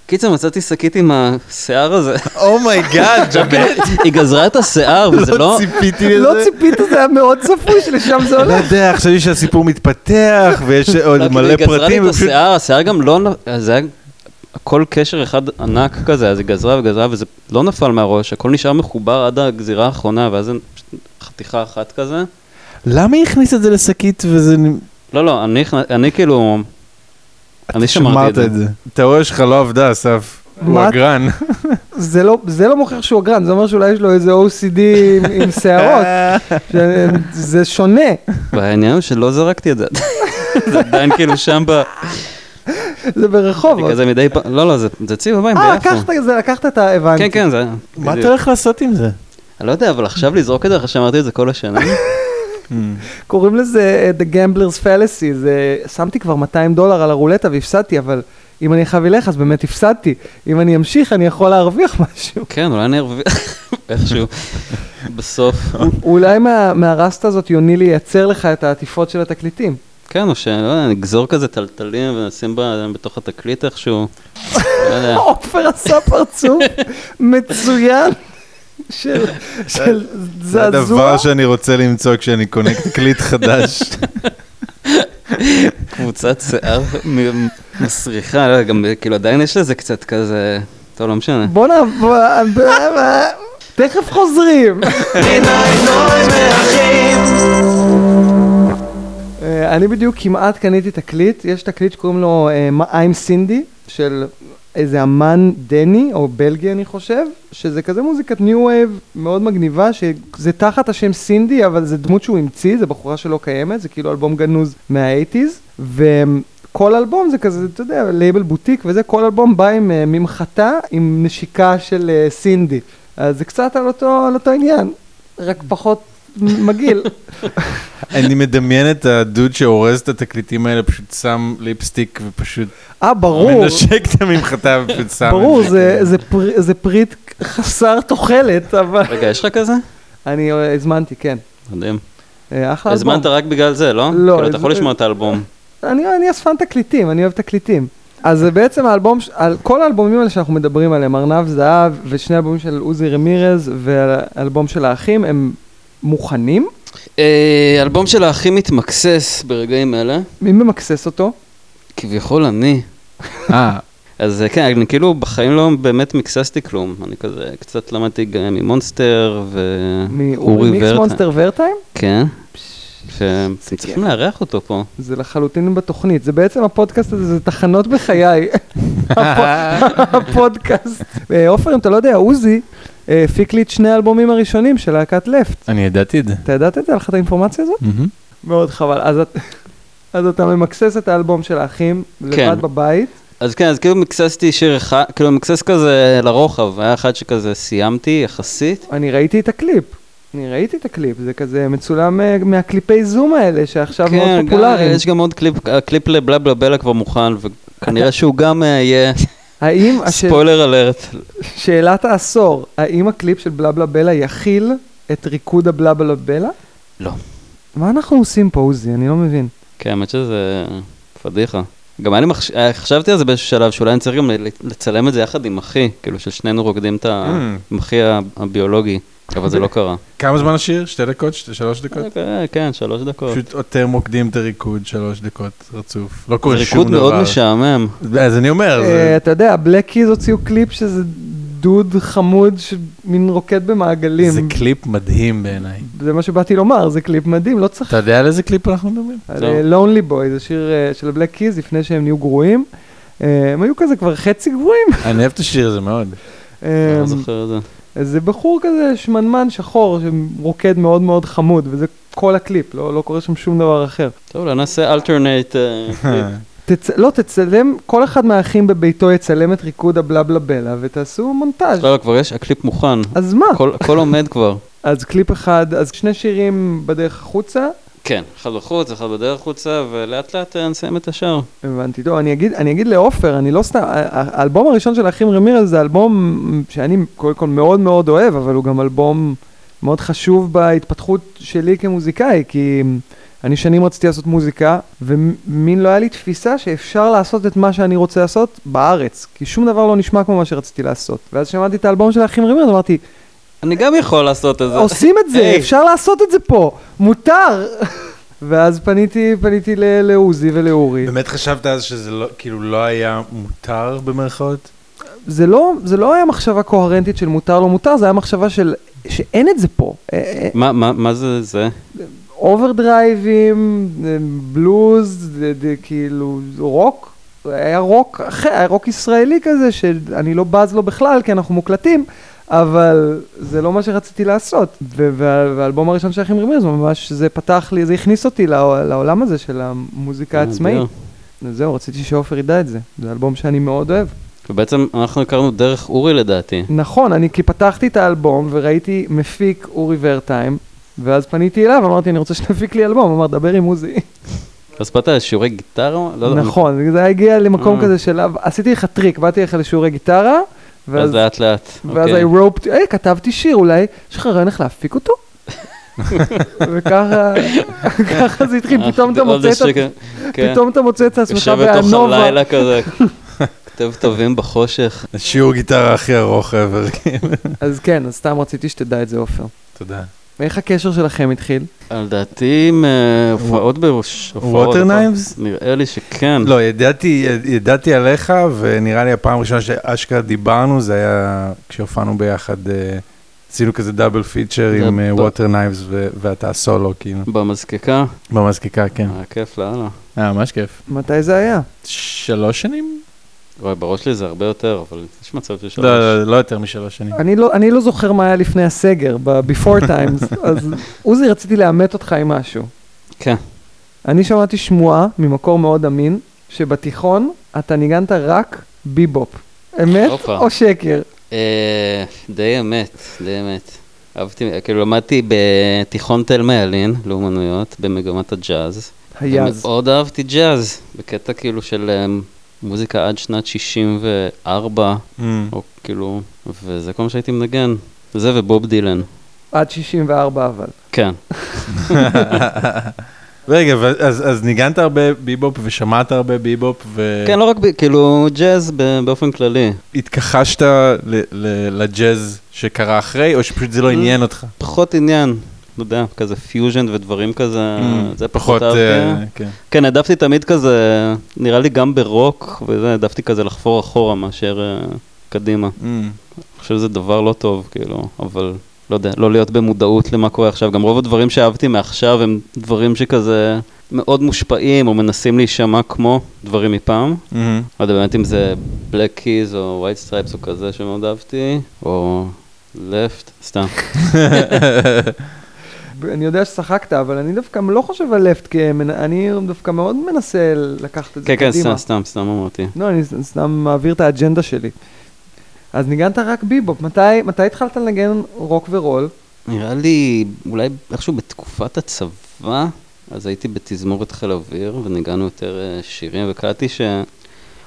Speaker 3: קיצר, מצאתי שקית עם השיער הזה.
Speaker 1: אומייגאד, ג'בל.
Speaker 3: היא גזרה את השיער, וזה לא...
Speaker 1: לא ציפיתי
Speaker 2: לא ציפית, זה היה מאוד צפוי שלשם זה
Speaker 1: לא
Speaker 2: הולך.
Speaker 1: יודע, חשבתי שהסיפור מתפתח, ויש עוד
Speaker 3: לא, כאילו,
Speaker 1: מלא
Speaker 3: היא גזרה לי
Speaker 1: פרטים.
Speaker 3: את
Speaker 1: ופשוט-
Speaker 3: השיער, השיער גם לא... נ- אז זה היה הכל קשר אחד ענק כזה, אז היא גזרה וגזרה, וזה לא נפל מהראש, הכל נשאר מחובר עד הגזירה האחרונה, ואז זה פשוט חתיכה אחת כזה.
Speaker 1: למה היא הכניסה את זה לשקית וזה... נ-
Speaker 3: לא, לא, אני, הכנ- אני כאילו... אני שמרתי את זה.
Speaker 1: התיאוריה שלך לא עבדה, אסף. הוא
Speaker 2: מה?
Speaker 1: אגרן.
Speaker 2: זה לא, זה לא מוכיח שהוא אגרן, זה אומר שאולי יש לו איזה OCD עם, עם שערות, ש- זה שונה.
Speaker 3: והעניין הוא שלא זרקתי את זה. זה עדיין כאילו שם ב...
Speaker 2: זה ברחוב.
Speaker 3: אני כזה מדי פעם... לא, לא, זה זה אצלי בבית
Speaker 2: אה,
Speaker 3: ביפו.
Speaker 2: לקחת את זה, לקחת את ה... הבנתי.
Speaker 3: כן, כן, זה...
Speaker 1: מה
Speaker 3: בדיוק.
Speaker 1: אתה הולך לעשות עם זה?
Speaker 3: אני לא יודע, אבל עכשיו לזרוק את זה אחרי שאמרתי את זה כל השנה?
Speaker 2: קוראים לזה אה, The Gambler's Fallacy, זה... שמתי כבר 200 דולר על הרולטה והפסדתי, אבל אם אני חייב אלך, אז באמת הפסדתי. אם אני אמשיך, אני יכול להרוויח משהו.
Speaker 3: כן, אולי אני ארוויח איכשהו. בסוף.
Speaker 2: אולי מה- מהרסטה הזאת יוני לייצר לך את העטיפות של התקליטים.
Speaker 3: כן, או שאני לא יודע, נגזור כזה טלטלים ונשים ב- בתוך התקליט איכשהו. לא יודע.
Speaker 2: עופר עשה פרצוף מצוין של של
Speaker 1: זה
Speaker 2: זעזוע.
Speaker 1: הדבר שאני רוצה למצוא כשאני קונה תקליט חדש.
Speaker 3: קבוצת שיער מ- מסריחה, לא יודע, גם כאילו עדיין יש לזה קצת כזה... טוב, לא משנה.
Speaker 2: בוא נעבור... תכף חוזרים.
Speaker 4: midnight noise מהחיים
Speaker 2: אה, אני בדיוק כמעט קניתי תקליט, יש תקליט שקוראים לו אה, I'm סינדי, של איזה אמן דני, או בלגי אני חושב, שזה כזה מוזיקת ניו וייב מאוד מגניבה, שזה תחת השם סינדי, אבל זה דמות שהוא המציא, זה בחורה שלא קיימת, זה כאילו אלבום גנוז מהאייטיז, וכל אלבום זה כזה, אתה יודע, לייבל בוטיק וזה, כל אלבום בא עם אה, ממחטה, עם נשיקה של אה, סינדי. אז זה קצת על אותו, על אותו עניין, רק פחות מגעיל.
Speaker 1: אני מדמיין את הדוד שאורז את התקליטים האלה, פשוט שם ליפסטיק ופשוט
Speaker 2: אה, ברור.
Speaker 1: מנשק את הממחטה ופשוט שם את
Speaker 2: ברור, זה, זה, פר, זה פריט חסר תוחלת, אבל...
Speaker 3: רגע, יש לך כזה?
Speaker 2: אני אה, הזמנתי, כן.
Speaker 3: מדהים.
Speaker 2: אה, אחלה אלבום.
Speaker 3: הזמנת רק בגלל זה, לא?
Speaker 2: לא,
Speaker 3: כאילו, אתה יכול
Speaker 2: הזמנ-
Speaker 3: לשמוע את האלבום.
Speaker 2: אני, אני אספן תקליטים, אני אוהב תקליטים. אז זה בעצם האלבום, ש- על כל האלבומים האלה שאנחנו מדברים עליהם, ארנב זהב ושני אלבומים של עוזי רמירז והאלבום של האחים, הם מוכנים?
Speaker 3: אה, אלבום של האחים מתמקסס ברגעים אלה.
Speaker 2: מי ממקסס אותו?
Speaker 3: כביכול אני.
Speaker 1: אה,
Speaker 3: אז אה, כן, אני כאילו בחיים לא באמת מיקססתי כלום. אני כזה קצת למדתי גם ממונסטר ואורי
Speaker 2: מאורי מיקס
Speaker 3: ורטה.
Speaker 2: מונסטר ורטיים?
Speaker 3: כן. שאתם צריכים לארח אותו פה.
Speaker 2: זה לחלוטין בתוכנית. זה בעצם הפודקאסט הזה, זה תחנות בחיי. הפ- הפודקאסט. אה, עופר, אם אתה לא יודע, עוזי אה, הפיק לי את שני האלבומים הראשונים של להקת לפט.
Speaker 1: אני ידעתי את זה.
Speaker 2: אתה ידעת את זה? היה לך את האינפורמציה הזאת?
Speaker 1: מהמם.
Speaker 2: מאוד חבל. אז את- אז אתה ממקסס את האלבום של האחים, לבד
Speaker 3: כן.
Speaker 2: בבית.
Speaker 3: אז כן, אז כאילו מיקססתי שיר אחד, כאילו מיקסס כזה לרוחב. היה אחד שכזה סיימתי יחסית.
Speaker 2: אני ראיתי את הקליפ. אני ראיתי את הקליפ, זה כזה מצולם אה, מהקליפי זום האלה שעכשיו מאוד
Speaker 3: כן,
Speaker 2: פופולריים.
Speaker 3: גם- יש גם עוד קליפ, הקליפ לבלה בלה בלה כבר מוכן, וכנראה שהוא גם אה, יהיה
Speaker 2: האם, השאל-
Speaker 3: ספוילר אלרט.
Speaker 2: שאלת העשור, האם הקליפ של בלה בלה בלה יכיל את ריקוד הבלה בלה בלה?
Speaker 3: לא.
Speaker 2: מה אנחנו עושים פה, עוזי? אני לא מבין.
Speaker 3: כן, האמת שזה פדיחה. גם היה לי מחש... אה, חשבתי על זה באיזשהו שלב, שאולי אני צריך גם ל- לצלם את זה יחד עם אחי, כאילו ששנינו רוקדים את ה-
Speaker 1: Mm.
Speaker 3: עם אחי ה- הביולוגי, אבל זה לא קרה.
Speaker 1: כמה זמן השיר? שתי דקות? שתי- שלוש דקות?
Speaker 3: אה, כן, שלוש דקות.
Speaker 1: פשוט יותר מוקדים את הריקוד, שלוש דקות רצוף. לא
Speaker 3: זה
Speaker 1: קורה שום
Speaker 3: ריקוד
Speaker 1: דבר.
Speaker 3: מאוד משעמם.
Speaker 1: אז אני אומר,
Speaker 2: אה,
Speaker 1: זה-
Speaker 2: אתה יודע, בלק קיז הוציאו קליפ שזה דוד חמוד שמין רוקד במעגלים.
Speaker 1: זה קליפ מדהים בעיניי.
Speaker 2: זה מה שבאתי לומר, זה קליפ מדהים, לא צריך...
Speaker 1: אתה יודע על איזה קליפ אנחנו מדברים?
Speaker 2: על
Speaker 3: טוב.
Speaker 2: אה, Lonely Boy, זה שיר אה, של הבלק קיז לפני שהם נהיו גרועים. אה, הם היו כזה כבר חצי גרועים.
Speaker 1: אני אוהב את השיר הזה מאוד.
Speaker 3: אני
Speaker 1: אמ.
Speaker 2: אה,
Speaker 3: לא זוכר את זה.
Speaker 2: זה בחור כזה שמנמן שחור שרוקד מאוד מאוד חמוד, וזה כל הקליפ, לא, לא קורה שם שום דבר אחר.
Speaker 3: טוב, אולי נעשה אה, אלטרנט.
Speaker 2: תצ... לא, תצלם, כל אחד מהאחים בביתו יצלם את ריקוד הבלה בלה בלה ותעשו מונטאז'.
Speaker 3: לא, לא, כבר יש, הקליפ מוכן.
Speaker 1: אה.
Speaker 2: אז מה? כל...
Speaker 3: הכל- הכל עומד כבר.
Speaker 2: אז קליפ אחד, אז שני שירים בדרך החוצה,
Speaker 3: כן, אחד בחוץ, אחד בדרך חוצה, ולאט לאט אה, נסיים את השאר.
Speaker 2: הבנתי. טוב, אני אגיד, אני אגיד לעופר, אני לא סתם, ה- ה- האלבום הראשון של האחים רמירז זה אלבום שאני קודם כל מאוד מאוד אוהב, אבל הוא גם אלבום מאוד חשוב בהתפתחות שלי כמוזיקאי, כי אני שנים רציתי לעשות מוזיקה, ומין לא היה לי תפיסה שאפשר לעשות את מה שאני רוצה לעשות בארץ, כי שום דבר לא נשמע כמו מה שרציתי לעשות. ואז שמעתי את האלבום של האחים רמירז, אמרתי,
Speaker 3: אני גם יכול לעשות את זה.
Speaker 2: עושים את זה,
Speaker 3: היי.
Speaker 2: אפשר לעשות את זה פה, מותר. ואז פניתי, פניתי ל- לעוזי ולאורי.
Speaker 1: באמת חשבת אז שזה לא, כאילו לא היה מותר במרכאות?
Speaker 2: זה לא, זה לא היה מחשבה קוהרנטית של מותר לא מותר, זה היה מחשבה של שאין את זה פה. אה,
Speaker 3: מה- מה מה זה זה?
Speaker 2: אוברדרייבים, אה, בלוז, זה- זה כאילו רוק. היה רוק אחר, היה רוק ישראלי כזה, שאני לא בז לו בכלל, כי אנחנו מוקלטים, אבל זה לא מה שרציתי לעשות. ו- וה- והאלבום הראשון של אחים רמירז, ממש זה פתח לי, זה הכניס אותי לעו- לעולם הזה של
Speaker 3: אה,
Speaker 2: המוזיקה העצמאית.
Speaker 3: נדיר.
Speaker 2: זהו, רציתי שעופר ידע את זה. זה אלבום שאני מאוד אוהב.
Speaker 3: ובעצם אנחנו הכרנו דרך אורי לדעתי.
Speaker 2: נכון, אני כי פתחתי את האלבום וראיתי מפיק אורי ורטיים, ואז פניתי אליו, אמרתי, אני רוצה שתפיק לי אלבום, הוא אמר, דבר עם עוזי.
Speaker 3: אז באת לשיעורי גיטרה? לא יודע.
Speaker 2: נכון, זה הגיע למקום
Speaker 3: אה.
Speaker 2: כזה של, עשיתי לך טריק, באתי לך לשיעורי גיטרה,
Speaker 3: אז
Speaker 2: ואז
Speaker 3: לאט לאט.
Speaker 2: ואז
Speaker 3: אוקיי.
Speaker 2: I roped, היי, כתבתי שיר, אולי יש לך רעיון איך להפיק אותו? וככה ככה זה התחיל, פתאום אתה
Speaker 3: אה,
Speaker 2: מוצא את עצמך,
Speaker 3: עוד שקר. כן.
Speaker 2: פתאום אתה מוצא את עצמך
Speaker 3: יושב בתוך
Speaker 2: באנובה.
Speaker 3: הלילה כזה, כותב טובים בחושך.
Speaker 1: השיעור גיטרה הכי ארוך ever, כאילו.
Speaker 2: אז כן, אז סתם רציתי שתדע את זה, עופר.
Speaker 1: תודה.
Speaker 2: ואיך הקשר שלכם התחיל?
Speaker 3: לדעתי עם אה, הופעות בראש. הופעות,
Speaker 1: Water
Speaker 3: הופעות.
Speaker 1: Knives?
Speaker 3: נראה לי שכן.
Speaker 1: לא, ידעתי, ידעתי עליך, ונראה לי הפעם הראשונה שאשכרה דיברנו, זה היה כשהופענו ביחד, אה, עשינו כזה דאבל פיצ'ר
Speaker 3: זה
Speaker 1: עם אה,
Speaker 3: ב-
Speaker 1: Water Knives ו- ואתה סולו, כאילו.
Speaker 3: במזקקה.
Speaker 1: במזקיקה, כן.
Speaker 3: היה כיף לא, לאללה.
Speaker 1: היה אה, ממש כיף.
Speaker 2: מתי זה היה?
Speaker 1: שלוש שנים?
Speaker 3: וואי, בראש שלי זה הרבה יותר, אבל יש מצב של
Speaker 1: לא, לא, לא יותר משלוש שנים.
Speaker 2: אני לא, אני לא זוכר מה היה לפני הסגר, ב-before times, אז עוזי, רציתי לאמת אותך עם משהו.
Speaker 3: כן.
Speaker 2: אני שמעתי שמועה ממקור מאוד אמין, שבתיכון אתה ניגנת רק ביבופ. אמת
Speaker 3: הופה.
Speaker 2: או שקר?
Speaker 3: אה, די אמת, די אמת. אהבתי, כאילו למדתי בתיכון תל מאלין, לאומנויות, במגמת הג'אז.
Speaker 2: היאז.
Speaker 3: מאוד אהבתי ג'אז, בקטע כאילו של אה, מוזיקה עד שנת 64,
Speaker 1: אמ.
Speaker 3: או כאילו, וזה כל מה שהייתי מנגן. זה ובוב דילן.
Speaker 2: עד 64 אבל.
Speaker 3: כן.
Speaker 1: רגע, ואז- אז אז ניגנת הרבה ביבופ ושמעת הרבה ביבופ
Speaker 3: כן, לא רק, ב- כאילו, ג'אז ב- באופן כללי.
Speaker 1: והתכחשת ל- ל- לג'אז שקרה אחרי, או שפשוט זה לא
Speaker 3: Mm.
Speaker 1: עניין אותך?
Speaker 3: פחות עניין, לא יודע, כזה פיוז'ן ודברים כזה,
Speaker 1: אמ,
Speaker 3: אה, זה Mm. פחות אהבתי.
Speaker 1: אה, כן.
Speaker 3: כן, העדפתי תמיד כזה, נראה לי גם ברוק, וזה, העדפתי כזה לחפור אחורה מאשר אה, קדימה.
Speaker 1: אמ.
Speaker 3: אני חושב שזה דבר לא טוב, כאילו, אבל לא יודע, לא להיות במודעות למה קורה עכשיו. גם רוב הדברים שאהבתי מעכשיו הם דברים שכזה מאוד מושפעים, או מנסים להישמע כמו דברים מפעם.
Speaker 1: אמ.
Speaker 3: לא יודע באמת אם זה Black Keys או White Stripes או כזה שמאוד אהבתי, או Left, סתם. כן,
Speaker 2: אני יודע ששחקת, אבל אני דווקא לא חושב על לפט, כי מנ- אני דווקא מאוד מנסה לקחת את זה
Speaker 3: כן, כן,
Speaker 2: קדימה.
Speaker 3: סתם, סתם, סתם אמרתי.
Speaker 2: לא, אני ס- סתם מעביר את האג'נדה שלי. אז ניגנת רק ביבופ. מתי, מתי התחלת לנגן רוק ורול?
Speaker 3: נראה לי, אולי איכשהו בתקופת הצבא, אז הייתי בתזמורת חיל אוויר, וניגענו יותר אה, שירים, וקלטתי ש...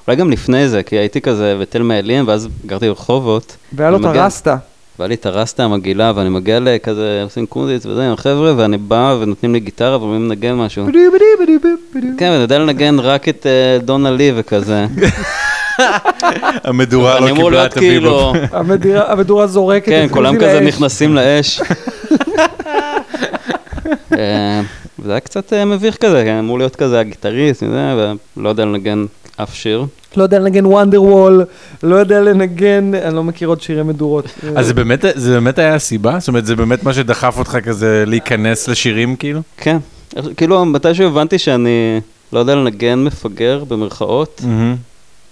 Speaker 3: אולי גם לפני זה, כי הייתי כזה בתל מעלים, ואז גרתי ברחובות.
Speaker 2: והיה לו את
Speaker 3: מגן.
Speaker 2: הרסטה.
Speaker 3: והיה לי את הרסטה המגעילה, ואני מגיע לכזה, עושים קומדיץ וזה עם החבר'ה, ואני בא ונותנים לי גיטרה ואומרים לנגן משהו.
Speaker 2: בדיוק, בדיוק, בדיוק, בדיוק.
Speaker 3: כן, ואני יודע לנגן רק את אה, דונה לי וכזה.
Speaker 1: המדורה
Speaker 3: אני
Speaker 1: לא
Speaker 3: אמור
Speaker 1: קיבלה
Speaker 3: להיות
Speaker 1: את הביבו.
Speaker 3: כאילו,
Speaker 2: המדירה- המדורה זורקת את
Speaker 3: כן,
Speaker 2: עוזי
Speaker 3: כולם כזה
Speaker 2: לאש.
Speaker 3: נכנסים לאש. אה, וזה היה קצת אה, מביך כזה, כן, אמור להיות כזה הגיטריסט, וזה, ולא יודע לנגן אף שיר.
Speaker 2: לא יודע לנגן וונדר וול, לא יודע לנגן, אני לא מכיר עוד שירי מדורות. אה,
Speaker 1: אז זה באמת, זה באמת היה הסיבה? זאת אומרת, זה באמת מה שדחף אותך כזה להיכנס לשירים כאילו?
Speaker 3: כן, כאילו מתישהו הבנתי שאני לא יודע לנגן מפגר במרכאות,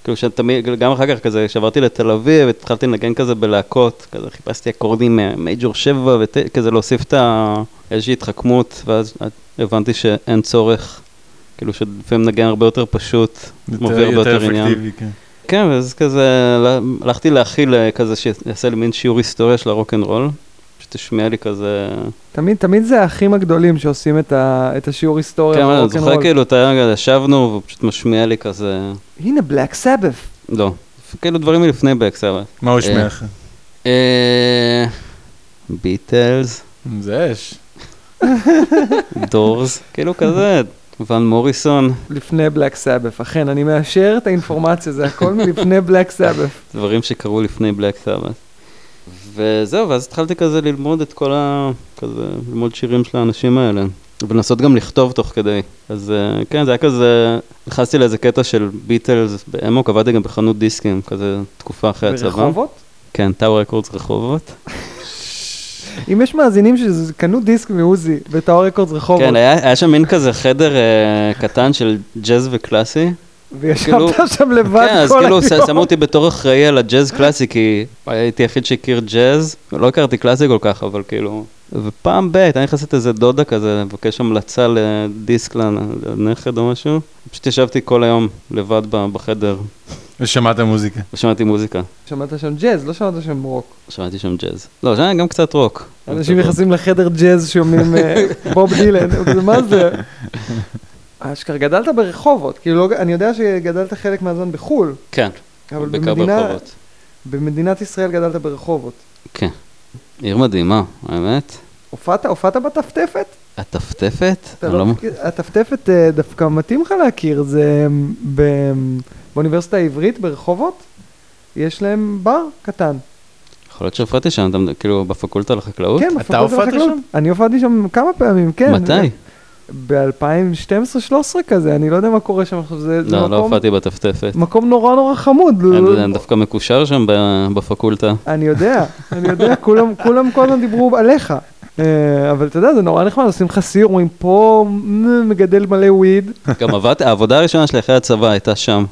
Speaker 3: כאילו שתמיד, גם אחר כך כזה, כשעברתי לתל אביב, התחלתי לנגן כזה בלהקות, כזה חיפשתי אקורדים מייג'ור 7 וכזה להוסיף את ה... איזושהי התחכמות, ואז הבנתי שאין צורך, כאילו שלפעמים נגן הרבה יותר פשוט, מוביל
Speaker 1: יותר-
Speaker 3: ביותר
Speaker 1: יותר
Speaker 3: עניין.
Speaker 1: אפקטיבי, כן.
Speaker 3: כן, ואז כזה, לה- הלכתי להכיל אה, כזה שיעשה לי מין שיעור היסטוריה של הרוקנרול, שתשמיע לי כזה...
Speaker 2: תמיד, תמיד זה האחים הגדולים שעושים את, ה, את השיעור היסטוריה.
Speaker 3: כן, אבל אני
Speaker 2: ברוק אנד
Speaker 3: זוכר
Speaker 2: רול.
Speaker 3: כאילו, אתה יודע, ישבנו, והוא פשוט משמיע לי כזה...
Speaker 2: הנה בלק סבף.
Speaker 3: לא, כאילו דברים מלפני בקסאבה.
Speaker 1: מה הוא השמיע
Speaker 3: אה.
Speaker 1: לך?
Speaker 3: ביטלס,
Speaker 1: זה אש.
Speaker 3: דורס, כאילו כזה, ון מוריסון,
Speaker 2: לפני בלק סאבף, אכן, אני מאשר את האינפורמציה, זה הכל מלפני בלק סאבף.
Speaker 3: דברים שקרו לפני בלק סאבת. וזהו, ואז התחלתי כזה ללמוד את כל ה... כזה, ללמוד שירים של האנשים האלה. ולנסות גם לכתוב תוך כדי. אז אה, כן, זה היה כזה, נכנסתי לאיזה קטע של ביטלס באמוק, עבדתי גם בחנות דיסקים, כזה תקופה אחרי הצבא.
Speaker 2: ברחובות?
Speaker 3: כן, טאו רקורדס רחובות.
Speaker 2: אם יש מאזינים שקנו דיסק מעוזי בתאור רקורדס רחובות,
Speaker 3: כן, היה היה שם מין כזה חדר אה, קטן של ג'אז וקלאסי. כאילו-
Speaker 2: וישבת שם לבד
Speaker 3: כן, אז
Speaker 2: כל
Speaker 3: כאילו ש- שמו
Speaker 2: היום.
Speaker 3: אותי בתור אחראי על הג'אז קלאסי, כי הייתי היחיד שהכיר ג'אז, לא הכרתי קלאסי כל כך, אבל כאילו... ופעם ב', אני נכנסת איזה דודה כזה, לבקש המלצה לדיסק לנ- לנכד או משהו. פשוט ישבתי כל היום לבד ב- בחדר
Speaker 1: ושמעת מוזיקה.
Speaker 3: ושמעתי מוזיקה.
Speaker 2: שמעת שם ג'אז, לא שמעת שם רוק.
Speaker 3: שמעתי שם ג'אז. לא, זה היה גם קצת רוק.
Speaker 2: אנשים נכנסים לחדר ג'אז שומעים אה, בוב דילן, הוא כזה, מה זה? אשכרה, גדלת ברחובות, כאילו, לא- אני יודע שגדלת חלק מהזמן בחו"ל,
Speaker 3: כן,
Speaker 2: אבל
Speaker 3: בעיקר
Speaker 2: במדינה-
Speaker 3: ברחובות.
Speaker 2: במדינת ישראל גדלת ברחובות.
Speaker 3: כן. עיר מדהימה, האמת.
Speaker 2: הופעת, הופעת בטפטפת?
Speaker 3: הטפטפת?
Speaker 2: אתה
Speaker 3: אני
Speaker 2: לא
Speaker 3: לא-
Speaker 2: מכיר- הטפטפת אה, דווקא מתאים לך להכיר, זה אמ, ב- באוניברסיטה העברית ברחובות, יש להם בר קטן.
Speaker 3: יכול להיות שהופעתי שם, אתה- כאילו בפקולטה לחקלאות?
Speaker 2: כן, בפקולטה
Speaker 1: הופעת
Speaker 2: לחקלאות.
Speaker 1: שם?
Speaker 2: אני הופעתי שם כמה פעמים, כן.
Speaker 3: מתי?
Speaker 2: ב-2012-2013 כזה, אני לא יודע מה קורה שם עכשיו, זה זה
Speaker 3: לא, לא
Speaker 2: מקום-
Speaker 3: הופעתי בטפטפת.
Speaker 2: מקום נורא נורא חמוד.
Speaker 3: אני אני דווקא מקושר שם ב- בפקולטה.
Speaker 2: אני יודע, אני יודע, כולם, כולם כל הזמן דיברו עליך. אה, אבל אתה יודע, זה נורא נחמד, עושים לך סיור, אומרים פה מ- מגדל מלא וויד,
Speaker 3: גם עבדתי, העבודה הראשונה שלי אחרי הצבא הייתה שם,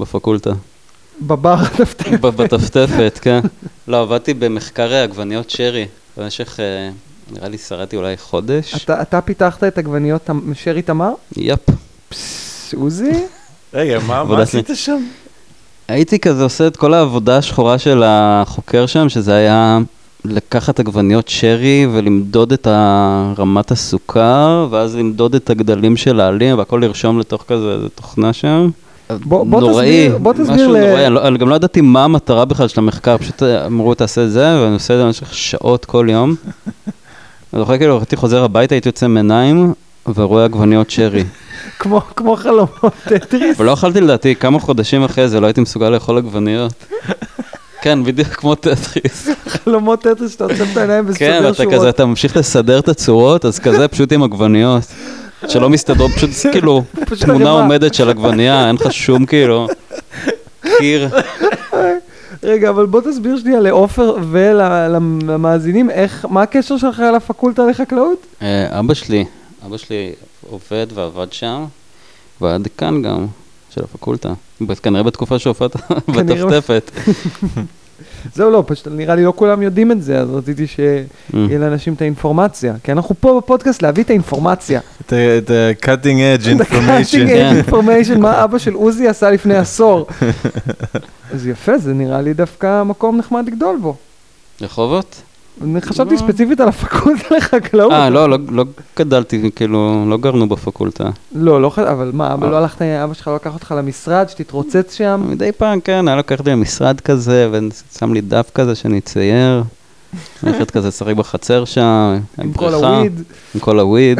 Speaker 3: בפקולטה.
Speaker 2: בבר הטפטפת.
Speaker 3: ב- בטפטפת, כן. לא, עבדתי במחקר עגבניות שרי במשך, אה, נראה לי שרדתי אולי חודש.
Speaker 2: אתה, אתה פיתחת את עגבניות תמ- שרי תמר?
Speaker 3: יפ.
Speaker 2: פססס, עוזי?
Speaker 1: רגע, מה
Speaker 3: עבודה
Speaker 1: מה עשית שם?
Speaker 3: הייתי כזה עושה את כל העבודה השחורה של החוקר שם, שזה היה לקחת עגבניות שרי ולמדוד את ה- רמת הסוכר, ואז למדוד את הגדלים של העלים, והכל לרשום לתוך כזה איזה תוכנה שם.
Speaker 2: בוא- בוא
Speaker 3: נוראי,
Speaker 2: תסביר- בוא תסביר
Speaker 3: משהו
Speaker 2: ל-
Speaker 3: נוראי, אני, לא, אני גם לא ידעתי מה המטרה בכלל של המחקר, פשוט אה, אמרו תעשה את זה, ואני עושה את זה במשך שעות כל יום. אני זוכר כאילו, הייתי חוזר הביתה, הייתי יוצא מעיניים, ורואה עגבניות שרי.
Speaker 2: כמו, כמו חלומות טטריס?
Speaker 3: ולא אכלתי לדעתי כמה חודשים אחרי זה, לא הייתי מסוגל לאכול עגבניות. כן, בדיוק כמו טטריס.
Speaker 2: חלומות טטריס שאתה עוצם את העיניים
Speaker 3: כן,
Speaker 2: וסוגר
Speaker 3: אתה כזה,
Speaker 2: שורות.
Speaker 3: אתה ממשיך לסדר את הצורות, אז כזה פשוט עם עגבניות. שלא מסתדרות, פשוט כאילו,
Speaker 2: פשוט
Speaker 3: תמונה
Speaker 2: ערימה.
Speaker 3: עומדת של עגבנייה, אין לך שום כאילו, קיר.
Speaker 2: רגע, אבל בוא תסביר שנייה לעופר ולמאזינים, איך, מה הקשר שלך לפקולטה לחקלאות?
Speaker 3: אה, אבא שלי, אבא שלי עובד ועבד שם, והיה דיקן גם, של הפקולטה. ב- כנראה בתקופה שהופעת
Speaker 2: כנראה.
Speaker 3: בטפטפת.
Speaker 2: זהו, לא, פשוט נראה לי לא כולם יודעים את זה, אז רציתי שיהיה
Speaker 3: אה,
Speaker 2: לאנשים את האינפורמציה. כי אנחנו פה בפודקאסט להביא את האינפורמציה.
Speaker 1: את ה- את ה-cutting edge
Speaker 2: cutting
Speaker 1: information.
Speaker 3: כן.
Speaker 2: edge information, מה אבא של עוזי עשה לפני עשור. אז יפה, זה נראה לי דווקא מקום נחמד לגדול בו.
Speaker 3: רחובות?
Speaker 2: אני חשבתי ספציפית על הפקולטה לחקלאות.
Speaker 3: אה, לא, לא לא גדלתי, כאילו, לא גרנו בפקולטה.
Speaker 2: לא, לא חשבתי, אבל מה,
Speaker 3: אה.
Speaker 2: אבל לא הלכת, אבא שלך לא לקח אותך למשרד, שתתרוצץ שם?
Speaker 3: מדי פעם, כן, היה לוקח אותי למשרד כזה, ושם לי דף כזה שאני אצייר. הולכת כזה לשחק בחצר שם,
Speaker 2: עם
Speaker 3: עם
Speaker 2: כל
Speaker 3: בריכה,
Speaker 2: הוויד.
Speaker 3: עם כל הוויד.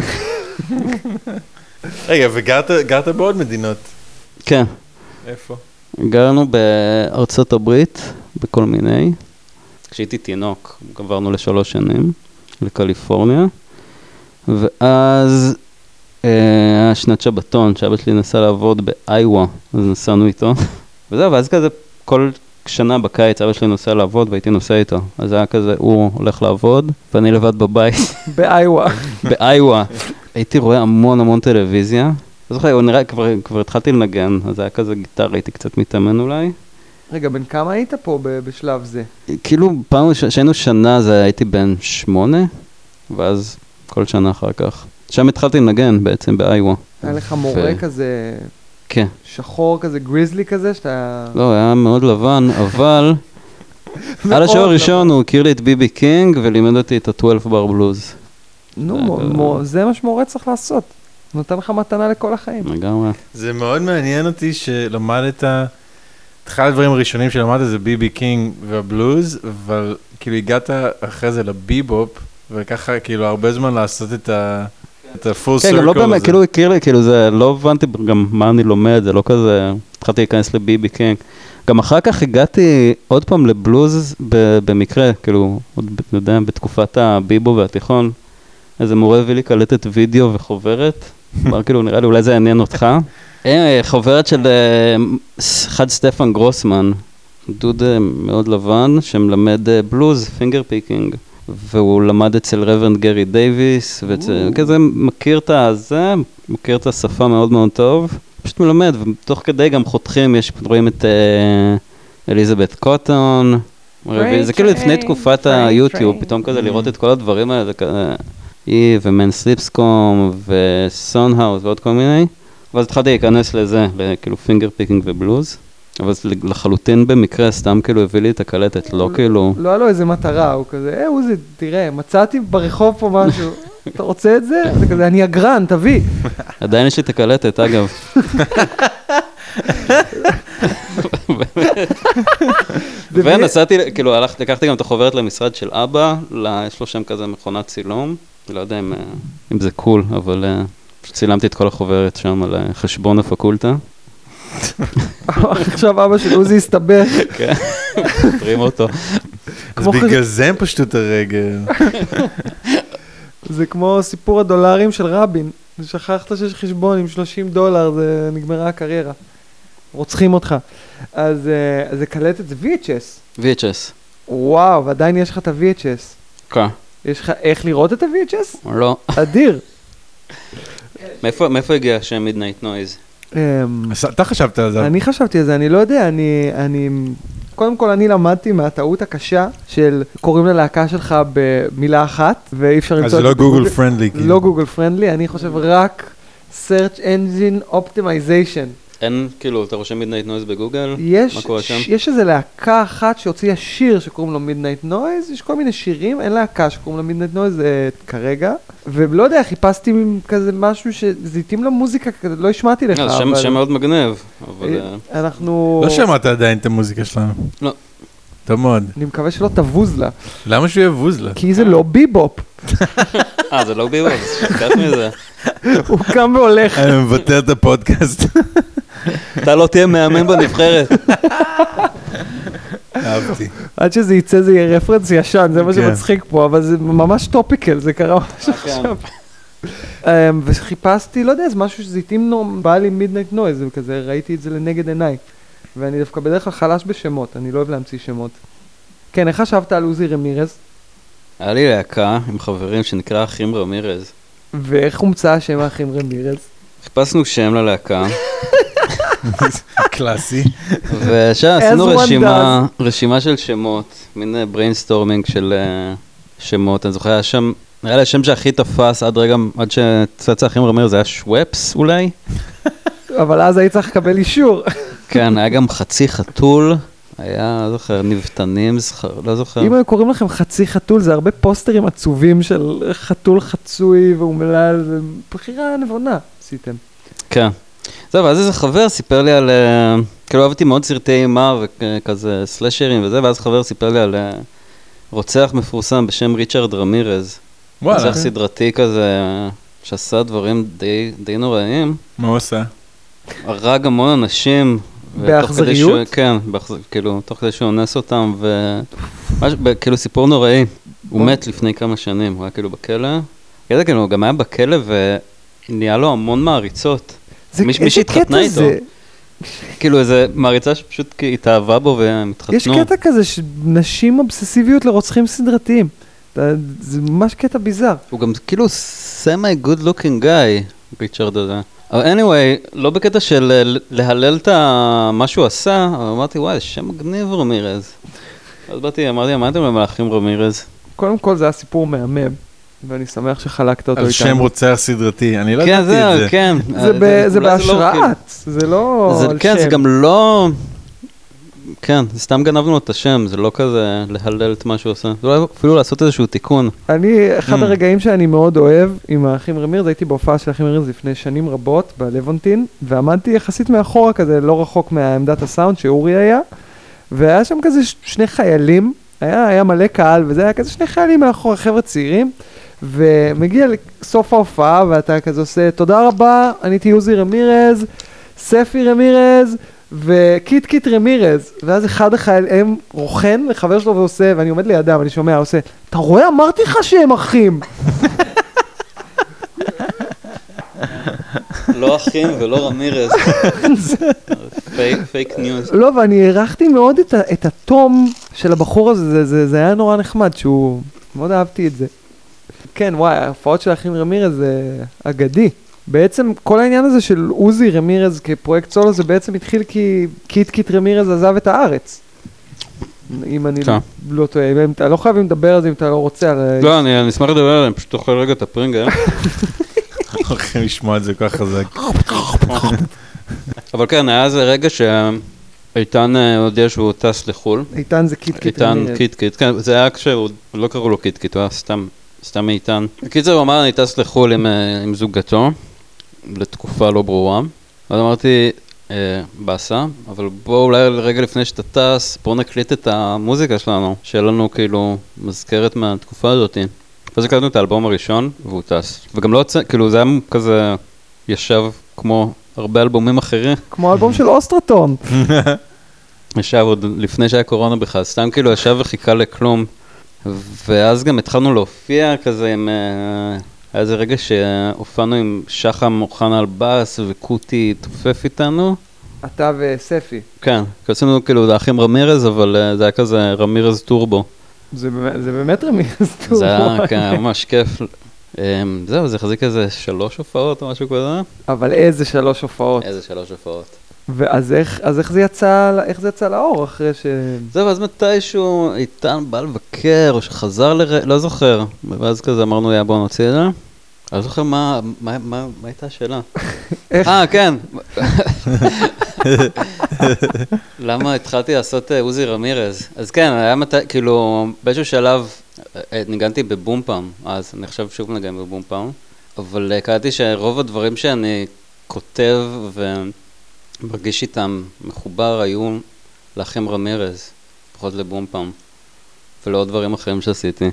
Speaker 1: רגע, וגרת גרת בעוד מדינות.
Speaker 3: כן,
Speaker 1: איפה?
Speaker 3: גרנו בארצות הברית, בכל מיני. כשהייתי תינוק, עברנו לשלוש שנים, לקליפורניה. ואז אה, היה שנת שבתון, שאבא שלי נסע לעבוד באיווה, אז נסענו איתו. וזהו, ואז כזה כל שנה בקיץ אבא שלי נוסע לעבוד והייתי נוסע איתו. אז היה כזה, הוא הולך לעבוד, ואני לבד בבית,
Speaker 2: באיווה.
Speaker 3: באיווה. הייתי רואה המון המון טלוויזיה. לא זוכר, הוא נראה, כבר, כבר התחלתי לנגן, אז היה כזה גיטרה, הייתי קצת מתאמן אולי.
Speaker 2: רגע, בן כמה היית פה ב- בשלב זה?
Speaker 3: כאילו, פעם ש- שהיינו שנה, זה הייתי בן שמונה, ואז כל שנה אחר כך. שם התחלתי לנגן בעצם, באיווה.
Speaker 2: היה לך מורה
Speaker 3: ו-
Speaker 2: כזה
Speaker 3: כן.
Speaker 2: שחור כזה, גריזלי כזה, שאתה...
Speaker 3: לא, היה מאוד לבן, אבל... על השער
Speaker 2: מאוד לא-
Speaker 3: הראשון הוא הכיר לי את ביבי קינג ולימד אותי את ה-12 בר בלוז.
Speaker 2: נו,
Speaker 3: זה-
Speaker 2: מו- מו- זה מה שמורה צריך לעשות. נותן לך מתנה לכל החיים.
Speaker 3: לגמרי.
Speaker 1: זה מאוד מעניין אותי שלמדת, אחד הדברים הראשונים שלמדת זה ביבי קינג והבלוז, אבל כאילו הגעת אחרי זה לביבופ, וככה כאילו הרבה זמן לעשות את ה... את הפול
Speaker 3: כן, גם לא
Speaker 1: סרקל
Speaker 3: באמת,
Speaker 1: הזה.
Speaker 3: כאילו הוא הכיר לי, כאילו זה, לא הבנתי גם מה אני לומד, זה לא כזה, התחלתי להיכנס לביבי קינג. גם אחר כך הגעתי עוד פעם לבלוז ב- במקרה, כאילו, עוד, ב- אני יודע, בתקופת הביבו והתיכון, איזה מורה הביא לי קלטת וידאו וחוברת, אמר כאילו, נראה לי אולי זה יעניין אותך. אה, חוברת של אה, אחד סטפן גרוסמן, דוד אה, מאוד לבן, שמלמד אה, בלוז, פינגר פיקינג. והוא למד אצל רוורנד גרי דייוויס, וכזה מכיר את הזה, מכיר את השפה מאוד מאוד טוב, פשוט מלמד, ותוך כדי גם חותכים, יש, רואים את אה, אליזבת קוטון,
Speaker 2: פריי
Speaker 3: זה כאילו לפני
Speaker 2: טריין,
Speaker 3: תקופת
Speaker 2: פריי
Speaker 3: היוטיוב,
Speaker 2: טריין.
Speaker 3: פתאום כזה לראות את כל הדברים האלה, זה כזה, היא ומן סליפסקום וסונהאוס ועוד כל מיני, ואז התחלתי להיכנס לזה, כאילו פינגר פיקינג ובלוז. אבל זה לחלוטין במקרה, סתם כאילו הביא לי את הקלטת, לא כאילו...
Speaker 2: לא היה לו איזה מטרה, הוא כזה, אה, עוזי, תראה, מצאתי ברחוב פה משהו. אתה רוצה את זה? זה כזה, אני אגרן, תביא.
Speaker 3: עדיין יש לי את הקלטת, אגב. ונסעתי, כאילו, הלכתי, לקחתי גם את החוברת למשרד של אבא, ל- יש לו שם כזה מכונת צילום, לא יודע אם, אה, אם זה קול, אבל אה, פשוט צילמתי את כל החוברת שם על אה, חשבון הפקולטה,
Speaker 2: עכשיו אבא של עוזי הסתבך.
Speaker 3: פותרים אותו.
Speaker 1: אז
Speaker 2: כמו
Speaker 1: בגלל זה הם פשטו את הרגל.
Speaker 2: זה כמו סיפור הדולרים של רבין. שכחת שיש חשבון עם 30 דולר, זה נגמרה הקריירה. רוצחים אותך. אז אה, אז זה קלטת, זה VHS.
Speaker 3: VHS.
Speaker 2: וואו, ועדיין יש לך את ה-VHS.
Speaker 3: כן.
Speaker 2: יש לך איך לראות את ה-VHS?
Speaker 3: לא.
Speaker 2: אדיר.
Speaker 3: מאיפה מאיפה הגיע השם מידנייט נויז?
Speaker 2: אמ,
Speaker 1: אז אתה חשבת על זה.
Speaker 2: אני חשבתי על זה, אני לא יודע, אני, אני... קודם כל, אני למדתי מהטעות הקשה של קוראים ללהקה שלך במילה אחת, ואי אפשר למצוא
Speaker 1: אז זה לא גוגל פרנדלי. כאילו.
Speaker 2: לא גוגל פרנדלי, אני חושב רק search engine optimization.
Speaker 3: אין, כאילו, אתה רושם מידנייט נויז בגוגל? מה
Speaker 2: יש,
Speaker 3: קורה שם?
Speaker 2: ש- יש איזה להקה אחת שהוציאה שיר שקוראים לו מידנייט נויז, יש כל מיני שירים, אין להקה שקוראים לו מידנייט נויז כרגע, ולא יודע, חיפשתי כזה משהו שזיתים למוזיקה, כזה, לא השמעתי לך,
Speaker 3: לא, זה שם- שם מאוד מגניב, אבל... אה,
Speaker 2: אנחנו...
Speaker 1: לא שמעת עדיין את המוזיקה שלנו.
Speaker 3: לא.
Speaker 1: טוב מאוד.
Speaker 2: אני מקווה שלא תבוז לה,
Speaker 1: למה שהוא יהיה ווזלה?
Speaker 2: כי זה לא ביבופ,
Speaker 3: אה, זה לא ביבוב, אז שכחת מזה.
Speaker 2: הוא קם והולך.
Speaker 1: אני מבטל את הפודקאסט.
Speaker 3: אתה לא תהיה מאמן בנבחרת.
Speaker 1: אהבתי.
Speaker 2: עד שזה יצא זה יהיה רפרנס ישן, זה מה
Speaker 1: כן.
Speaker 2: שמצחיק פה, אבל זה ממש טופיקל, זה קרה ממש עכשיו. אמ, וחיפשתי, לא יודע, זה משהו שזה התאים נו, בא לי מידנייט נויז, וכזה, ראיתי את זה לנגד עיניי. ואני דווקא בדרך כלל חלש בשמות, אני לא אוהב להמציא שמות. כן, איך חשבת על עוזי רמירז?
Speaker 3: היה לי להקה עם חברים שנקרא אחים רמירז.
Speaker 2: ואיך הומצא השם האחים רמירז?
Speaker 3: חיפשנו שם ללהקה,
Speaker 1: קלאסי.
Speaker 3: ושם עשינו
Speaker 2: one
Speaker 3: רשימה, רשימה של שמות, מין בריינסטורמינג של אה, שמות, אני זוכר, היה שם, נראה לי השם שהכי תפס עד רגע, עד שצץ האחים רמירז היה שוואפס אולי?
Speaker 2: אבל אז היית צריך לקבל אישור.
Speaker 3: כן, היה גם חצי חתול, היה, לא זוכר, נבטנים, זכר- לא זוכר.
Speaker 2: אם היו קוראים לכם חצי חתול, זה הרבה פוסטרים עצובים של חתול חצוי ואומלל, זה בחירה נבונה עשיתם.
Speaker 3: כן. זהו, ואז איזה חבר סיפר לי על... אה, כאילו אהבתי מאוד סרטי אימה וכזה סלאשרים וזה, ואז חבר סיפר לי על אה, רוצח מפורסם בשם ריצ'רד רמירז.
Speaker 1: וואלה, אוקיי.
Speaker 3: רוצח סדרתי כזה, שעשה דברים די, די נוראים.
Speaker 1: מה הוא עשה?
Speaker 3: הרג המון אנשים. ותוך כדי
Speaker 2: באכזריות?
Speaker 3: שהוא- כן, באכז... כאילו, תוך כדי שהוא אונס אותם, ו... מש... ב... כאילו, סיפור נוראי. הוא מת לפני כמה שנים, הוא היה כאילו בכלא. ידע, כאילו, הוא גם היה בכלא ונהיה לו המון מעריצות.
Speaker 2: זה-
Speaker 3: מיש-
Speaker 2: איזה
Speaker 3: מישהי
Speaker 2: קטע
Speaker 3: התחתנה איתו.
Speaker 2: זה?
Speaker 3: כאילו, איזה מעריצה שפשוט כי- התאהבה בו והם התחתנו.
Speaker 2: יש קטע כזה שנשים אובססיביות לרוצחים סדרתיים. אתה- זה ממש קטע ביזאר.
Speaker 3: הוא גם כאילו סמי גוד לוקינג גאי, ריצ'רד הזה. אבל anyway, לא בקטע של אה, ל- להלל את ה- מה שהוא עשה, אבל אמרתי, וואי, זה שם מגניב רמירז. אז באתי, אמרתי, מה אתם למלאכים רמירז?
Speaker 2: קודם כל זה היה סיפור מהמם, ואני שמח שחלקת אותו
Speaker 1: על שם
Speaker 2: איתנו.
Speaker 1: רוצח סדרתי, אני לא
Speaker 3: כן,
Speaker 1: ידעתי
Speaker 3: זהו,
Speaker 1: את זה.
Speaker 3: כן.
Speaker 2: זה
Speaker 3: אה,
Speaker 2: ב- זה
Speaker 3: אולי לא כאילו-
Speaker 2: בהשראת, זה לא
Speaker 3: זה-
Speaker 2: על
Speaker 3: כן, זה
Speaker 2: שם.
Speaker 3: גם לא... כן, זה סתם גנבנו לו את השם, זה לא כזה להלל את מה שהוא עושה. זה אולי אפילו לעשות איזשהו תיקון.
Speaker 2: אני, אחד
Speaker 1: Mm.
Speaker 2: הרגעים שאני מאוד אוהב עם האחים רמירז, הייתי בהופעה של האחים רמירז לפני שנים רבות בלוונטין, ועמדתי יחסית מאחורה כזה, לא רחוק מעמדת הסאונד שאורי היה, והיה שם כזה ש- שני חיילים, היה, היה מלא קהל, וזה היה כזה שני חיילים מאחורה, חבר'ה צעירים, ומגיע לסוף ההופעה, ואתה כזה עושה, תודה רבה, אני הייתי יוזי רמירז, ספי רמירז, וקיט קיט רמירז, ואז אחד החיילים רוכן לחבר שלו ועושה, ואני עומד לידם, אני שומע, עושה, אתה רואה, אמרתי לך שהם אחים.
Speaker 3: לא אחים ולא רמירז. פייק ניוז.
Speaker 2: לא, ואני הערכתי מאוד את, ה- את התום של הבחור הזה, זה, זה, זה היה נורא נחמד, שהוא... מאוד אהבתי את זה. כן, וואי, ההופעות של האחים רמירז זה אגדי. בעצם כל העניין הזה של עוזי רמירז כפרויקט סולו, זה בעצם התחיל כי קיט קיט רמירז עזב את הארץ. אם אני
Speaker 3: כן.
Speaker 2: לא טועה, אם אתה לא חייבים לדבר על זה אם אתה לא רוצה, על-
Speaker 3: לא, אני אני אשמח לדבר עליהם, פשוט תאכל רגע את הפרינגל.
Speaker 1: אנחנו הולכים לשמוע את זה כל כך חזק.
Speaker 3: אבל כן, היה איזה רגע שאיתן אה, הודיע שהוא טס לחו"ל.
Speaker 2: איתן זה קיט קיט
Speaker 3: איתן
Speaker 2: רמירז.
Speaker 3: קיט קיט, כן, זה היה כשהוא, לא קראו לו קיט קיט, הוא היה סתם, סתם איתן. בקיצר, הוא אמר, אני טס לחו"ל עם, אה, עם זוגתו, לתקופה לא ברורה. ואז אמרתי, אה, באסה, אבל בוא אולי רגע לפני שאתה טס, בוא נקליט את המוזיקה שלנו, שיהיה לנו כאילו מזכרת מהתקופה הזאת. ואז הקלטנו את האלבום הראשון, והוא טס. וגם לא יוצא, כאילו זה היה כזה, ישב כמו הרבה אלבומים אחרים.
Speaker 2: כמו אלבום של אוסטרטון.
Speaker 3: ישב עוד לפני שהיה קורונה בכלל, סתם כאילו ישב וחיכה לכלום. ואז גם התחלנו להופיע כזה עם... אה, היה איזה רגע שהופענו עם שחם אוחנה על בס וקוטי תופף איתנו.
Speaker 2: אתה וספי.
Speaker 3: כן, כי עשינו כאילו זה האחים רמירז, אבל אה, זה היה כזה רמירז טורבו.
Speaker 2: זה באמת- זה באמת רמירז טוב.
Speaker 3: זה היה כן, היה ממש כיף. אה, זהו, זה החזיק איזה שלוש הופעות או משהו כזה.
Speaker 2: אבל איזה שלוש הופעות.
Speaker 3: איזה שלוש הופעות.
Speaker 2: ואז איך, אז איך זה יצא, איך זה יצא לאור אחרי ש...
Speaker 3: זהו, ואז מתישהו איתן בא לבקר, או שחזר ל... לא זוכר. ואז כזה אמרנו, יא, בוא נוציא את זה. אני לא זוכר מה, מה, מה, מה הייתה השאלה.
Speaker 2: איך?
Speaker 3: אה, כן. למה התחלתי לעשות אה, עוזי רמירז? אז כן, היה מתי, כאילו, באיזשהו שלב אה, אה, ניגנתי בבום פעם, אז אני עכשיו שוב מנגן בבום פעם, אבל אה, קלטתי שרוב הדברים שאני כותב ומרגיש איתם מחובר היו לאחים רמירז, פחות לבום פעם, ולעוד דברים אחרים שעשיתי.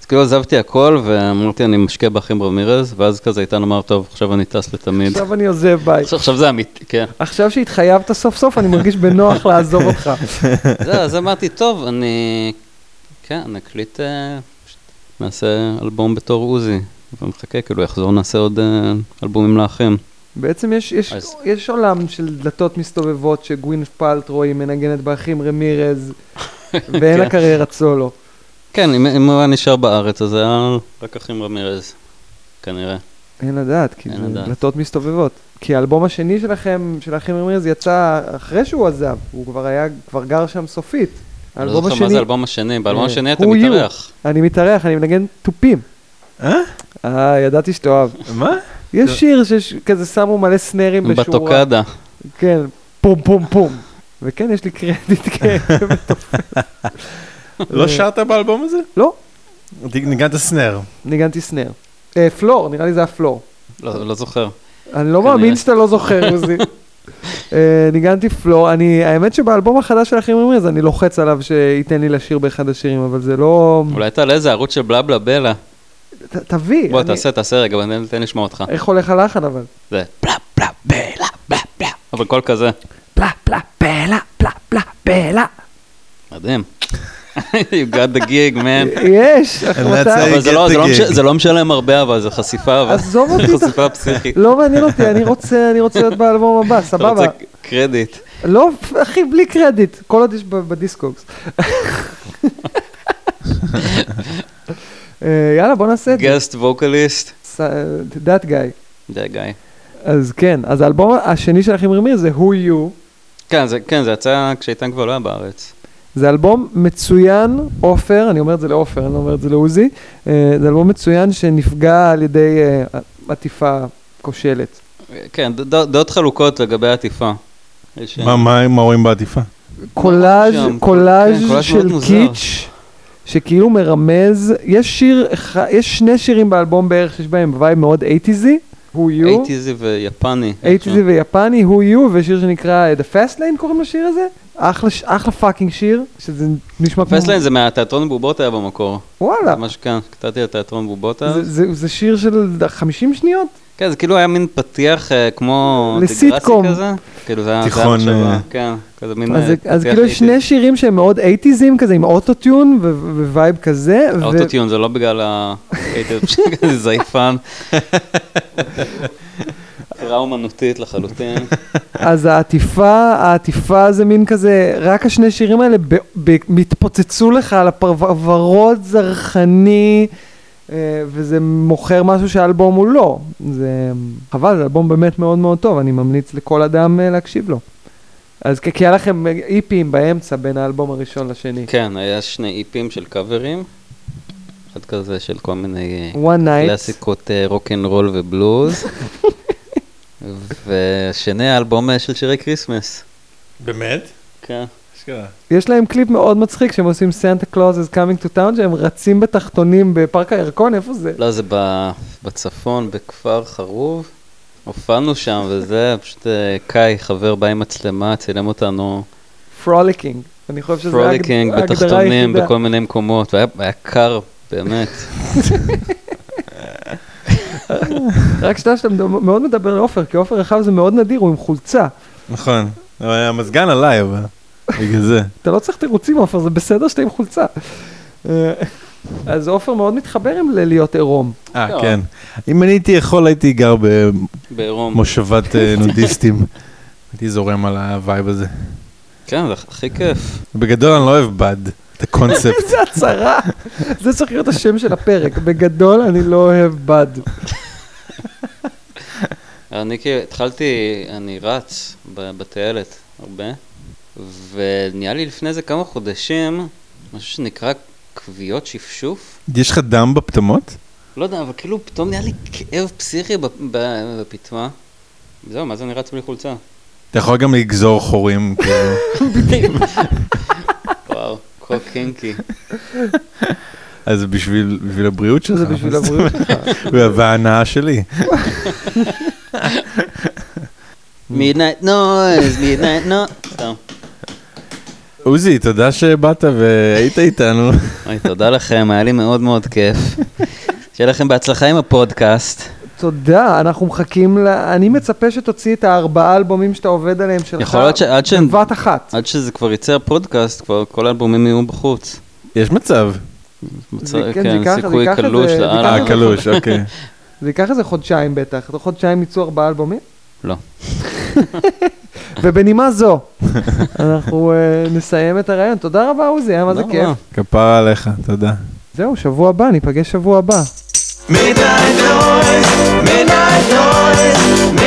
Speaker 3: אז כאילו עזבתי הכל ואמרתי אני משקיע באחים רמירז, ואז כזה איתן אמר, טוב, עכשיו אני טס לתמיד.
Speaker 2: עכשיו אני עוזב ביי.
Speaker 3: עכשיו- עכשיו זה אמיתי, כן.
Speaker 2: עכשיו שהתחייבת סוף סוף, אני מרגיש בנוח לעזוב אותך.
Speaker 3: זהו, לא, אז אמרתי, טוב, אני... כן, נקליט, אה, פשוט נעשה אלבום בתור עוזי. ומחכה, כאילו, יחזור, נעשה עוד אה, אלבומים לאחים.
Speaker 2: בעצם יש, יש,
Speaker 3: אז-
Speaker 2: יש עולם של דלתות מסתובבות שגווין פלטרו היא מנגנת באחים רמירז, ואין לה
Speaker 3: כן.
Speaker 2: קריירת סולו.
Speaker 3: כן, אם- אם הוא היה נשאר בארץ, אז זה היה רק אחים רמירז, כנראה.
Speaker 2: אין לדעת, כי
Speaker 3: אין
Speaker 2: זה
Speaker 3: לדעת.
Speaker 2: דלתות מסתובבות. כי האלבום השני שלכם, של האחים רמירז, יצא אחרי שהוא עזב, הוא כבר היה, כבר גר שם סופית.
Speaker 3: אני לא
Speaker 2: האלבום
Speaker 3: זוכר מה זה
Speaker 2: השני,
Speaker 3: האלבום השני, באלבום
Speaker 2: אה,
Speaker 3: השני אתה
Speaker 2: Who You.
Speaker 3: מתארח.
Speaker 2: אני מתארח, אני מנגן תופים.
Speaker 1: אה?
Speaker 2: אה, ידעתי שתאהב.
Speaker 1: מה?
Speaker 2: יש
Speaker 3: כן.
Speaker 2: שיר שכזה שמו מלא סנרים בשורה.
Speaker 3: בטוקדה.
Speaker 2: כן, פום פום פום. וכן, יש לי קרדיט כן. כבתופף.
Speaker 1: לא שרת באלבום הזה?
Speaker 2: לא,
Speaker 1: ניגנת סנר.
Speaker 2: ניגנתי סנר. אה, פלור, נראה לי זה היה פלור.
Speaker 3: לא לא זוכר.
Speaker 2: אני לא
Speaker 3: כנראה.
Speaker 2: מאמין שאתה לא זוכר, עוזי. אה, ניגנתי פלור, אני, האמת שבאלבום החדש של אחים אומרים, אז אני לוחץ עליו שייתן לי לשיר באחד השירים, אבל זה לא...
Speaker 3: אולי תעלה איזה ערוץ של בלה בלה בלה.
Speaker 2: ת- תביא.
Speaker 3: בוא,
Speaker 2: אני-
Speaker 3: תעשה, תעשה רגע, בוא, תן לשמוע אותך.
Speaker 2: איך הולך הלחן אבל?
Speaker 3: זה בלה בלה בלה בלה בלה. אבל קול כזה.
Speaker 2: פלה פלה פלה פלה פלה פלה.
Speaker 3: מדהים. you got the gig, man.
Speaker 2: יש,
Speaker 1: that's
Speaker 2: החלטה.
Speaker 1: it.
Speaker 3: אבל זה לא- זה לא
Speaker 1: the
Speaker 3: מש-
Speaker 1: gig.
Speaker 3: זה לא משלם הרבה, אבל זה חשיפה, אבל-
Speaker 2: עזוב אותי, אתה-
Speaker 3: חשיפה פסיכית.
Speaker 2: לא מעניין אותי, אני רוצה, אני רוצה להיות באלבום הבא,
Speaker 3: אתה
Speaker 2: סבבה.
Speaker 3: רוצה קרדיט.
Speaker 2: לא, אחי, בלי קרדיט, כל עוד יש ב- בדיסקוקס. אה, יאללה, בוא נעשה את זה.
Speaker 3: גסט ווקליסט.
Speaker 2: ס- that guy.
Speaker 3: זה גיא.
Speaker 2: אז כן, אז האלבום השני של אחים רימיר זה Who You.
Speaker 3: כן, זה- כן, זה יצא כשהייתה כבר לא בארץ.
Speaker 2: זה אלבום מצוין, עופר, אני אומר את זה לעופר, אני לא אומר את זה לעוזי, אה, זה אלבום מצוין שנפגע על ידי אה, עטיפה כושלת.
Speaker 3: כן, ד- ד- דעות חלוקות לגבי העטיפה. יש- אה,
Speaker 1: מה- מה מה רואים בעטיפה?
Speaker 2: קולאז'
Speaker 3: שם, כן,
Speaker 2: קולאז'
Speaker 3: קולאז' מאוד
Speaker 2: של
Speaker 3: מוזר.
Speaker 2: קיץ', שכאילו מרמז, יש שיר, אחד- יש שני שירים באלבום בערך שיש בהם וייב מאוד 80'סי, Who You,
Speaker 3: 80's ויפני.
Speaker 2: 80'סי ויפני, Who You, ושיר שנקרא אה, The Fast Lane קוראים לשיר הזה, אחלה ש- אחלה פאקינג שיר, שזה נשמע כמו,
Speaker 3: פסליין זה מהתיאטרון בובות היה במקור.
Speaker 2: וואלה,
Speaker 3: מה שכאן, קטעתי על תיאטרון בובות.
Speaker 2: אה. זה- זה זה שיר של 50 שניות?
Speaker 3: כן, זה כאילו היה מין פתיח אה, כמו...
Speaker 2: לסיטקום.
Speaker 3: דגרסי כזה. כאילו זה היה... זה היה
Speaker 1: תיכון,
Speaker 3: מחשבה,
Speaker 1: אה.
Speaker 3: כן, כזה מין...
Speaker 2: אז,
Speaker 3: אה,
Speaker 2: זה- אז
Speaker 3: פתיח
Speaker 2: כאילו
Speaker 3: איטי.
Speaker 2: יש שני שירים שהם מאוד 80'ים כזה, עם אוטוטיון ו- ו- ווייב כזה. ו-
Speaker 3: האוטוטיון זה לא בגלל ה... זה זייפן. בחירה אומנותית לחלוטין.
Speaker 2: אז העטיפה, העטיפה זה מין כזה, רק השני שירים האלה ב- ב- מתפוצצו לך על הפרוורות זרחני, אה, וזה מוכר משהו שהאלבום הוא לא. זה חבל, זה אלבום באמת מאוד מאוד טוב, אני ממליץ לכל אדם אה, להקשיב לו. אז כי כי היה לכם איפים באמצע בין האלבום הראשון לשני.
Speaker 3: כן, היה שני איפים של קאברים. אחד כזה של כל מיני אה,
Speaker 2: One Night.
Speaker 3: קלאסיקות אה, רוקנרול ובלוז. ושני אלבום אה, של שירי כריסמס.
Speaker 1: באמת?
Speaker 3: כן.
Speaker 2: יש להם קליפ מאוד מצחיק שהם עושים סנטה קלוז is coming to town שהם רצים בתחתונים בפארק הירקון, איפה זה?
Speaker 3: לא, זה ב- בצפון, בכפר חרוב. הופענו שם, וזה פשוט אה, קאי, חבר, בא עם מצלמה, צילם אותנו
Speaker 2: פרוליקינג. אני חושב שזה ההג-
Speaker 3: פרוליקינג בתחתונים בכל מיני מקומות, והיה היה קר, באמת.
Speaker 2: רק שתדע שאתה מדבר- מאוד מדבר לעופר, כי עופר רחב זה מאוד נדיר, הוא עם חולצה.
Speaker 1: נכון. אבל המזגן עליי, אבל... בגלל זה.
Speaker 2: אתה לא צריך תירוצים עופר, זה בסדר שאתה עם חולצה. אה, אז עופר מאוד מתחבר עם ל- להיות עירום.
Speaker 1: אה,
Speaker 3: לא.
Speaker 1: כן. אם אני הייתי יכול, הייתי גר
Speaker 3: בעירום.
Speaker 1: במושבת אה, נודיסטים. הייתי זורם על הווייב הזה.
Speaker 3: כן, זה הכי כיף.
Speaker 1: בגדול, אני לא אוהב בד. את הקונספט.
Speaker 2: זה הצהרה, זה צריך להיות השם של הפרק. בגדול, אני לא אוהב בד.
Speaker 3: אני כאילו התחלתי, אני רץ ב- בטיילת הרבה, ונהיה לי לפני זה כמה חודשים, משהו שנקרא כוויות שפשוף.
Speaker 1: יש לך דם בפטמות?
Speaker 3: לא יודע, אבל כאילו פתאום נהיה לי כאב פסיכי ב- ב- בפטמה. זהו, מה זה אני רץ בלי חולצה?
Speaker 1: אתה יכול גם לגזור חורים, כאילו.
Speaker 3: וואו, כה קינקי.
Speaker 1: אז בשביל בשביל הבריאות שלך.
Speaker 2: שזה בשביל הבריאות שלך.
Speaker 1: וההנאה שלי.
Speaker 3: מידנייט נויז, מידנייט נויז. סתם.
Speaker 1: עוזי, תודה שבאת והיית איתנו.
Speaker 3: אוי, תודה לכם, היה לי מאוד מאוד כיף. שיהיה לכם בהצלחה עם הפודקאסט.
Speaker 2: תודה, אנחנו מחכים ל... אני מצפה שתוציא את הארבעה אלבומים שאתה עובד עליהם שלך.
Speaker 3: יכול להיות שעד שהם-
Speaker 2: בבת אחת.
Speaker 3: עד שזה כבר יצא הפודקאסט, כבר כל האלבומים יהיו בחוץ.
Speaker 1: יש מצב.
Speaker 3: מצא-
Speaker 2: כן, זה ייקח- זה
Speaker 3: סיכוי
Speaker 2: ייקח איזה-
Speaker 3: קלוש
Speaker 2: זה ייקח
Speaker 1: אה,
Speaker 3: לאללה.
Speaker 1: קלוש, אוקיי.
Speaker 2: זה ייקח איזה חודשיים בטח. תוך חודשיים ייצאו ארבעה אלבומים?
Speaker 3: לא.
Speaker 2: ובנימה זו, אנחנו אה, נסיים את הרעיון. תודה רבה, עוזי, היה מה זה
Speaker 3: לא,
Speaker 2: כיף.
Speaker 3: לא.
Speaker 1: כפרה עליך, תודה.
Speaker 2: זהו, שבוע הבא, ניפגש שבוע הבא.
Speaker 4: Midnight noise, midnight noise, midnight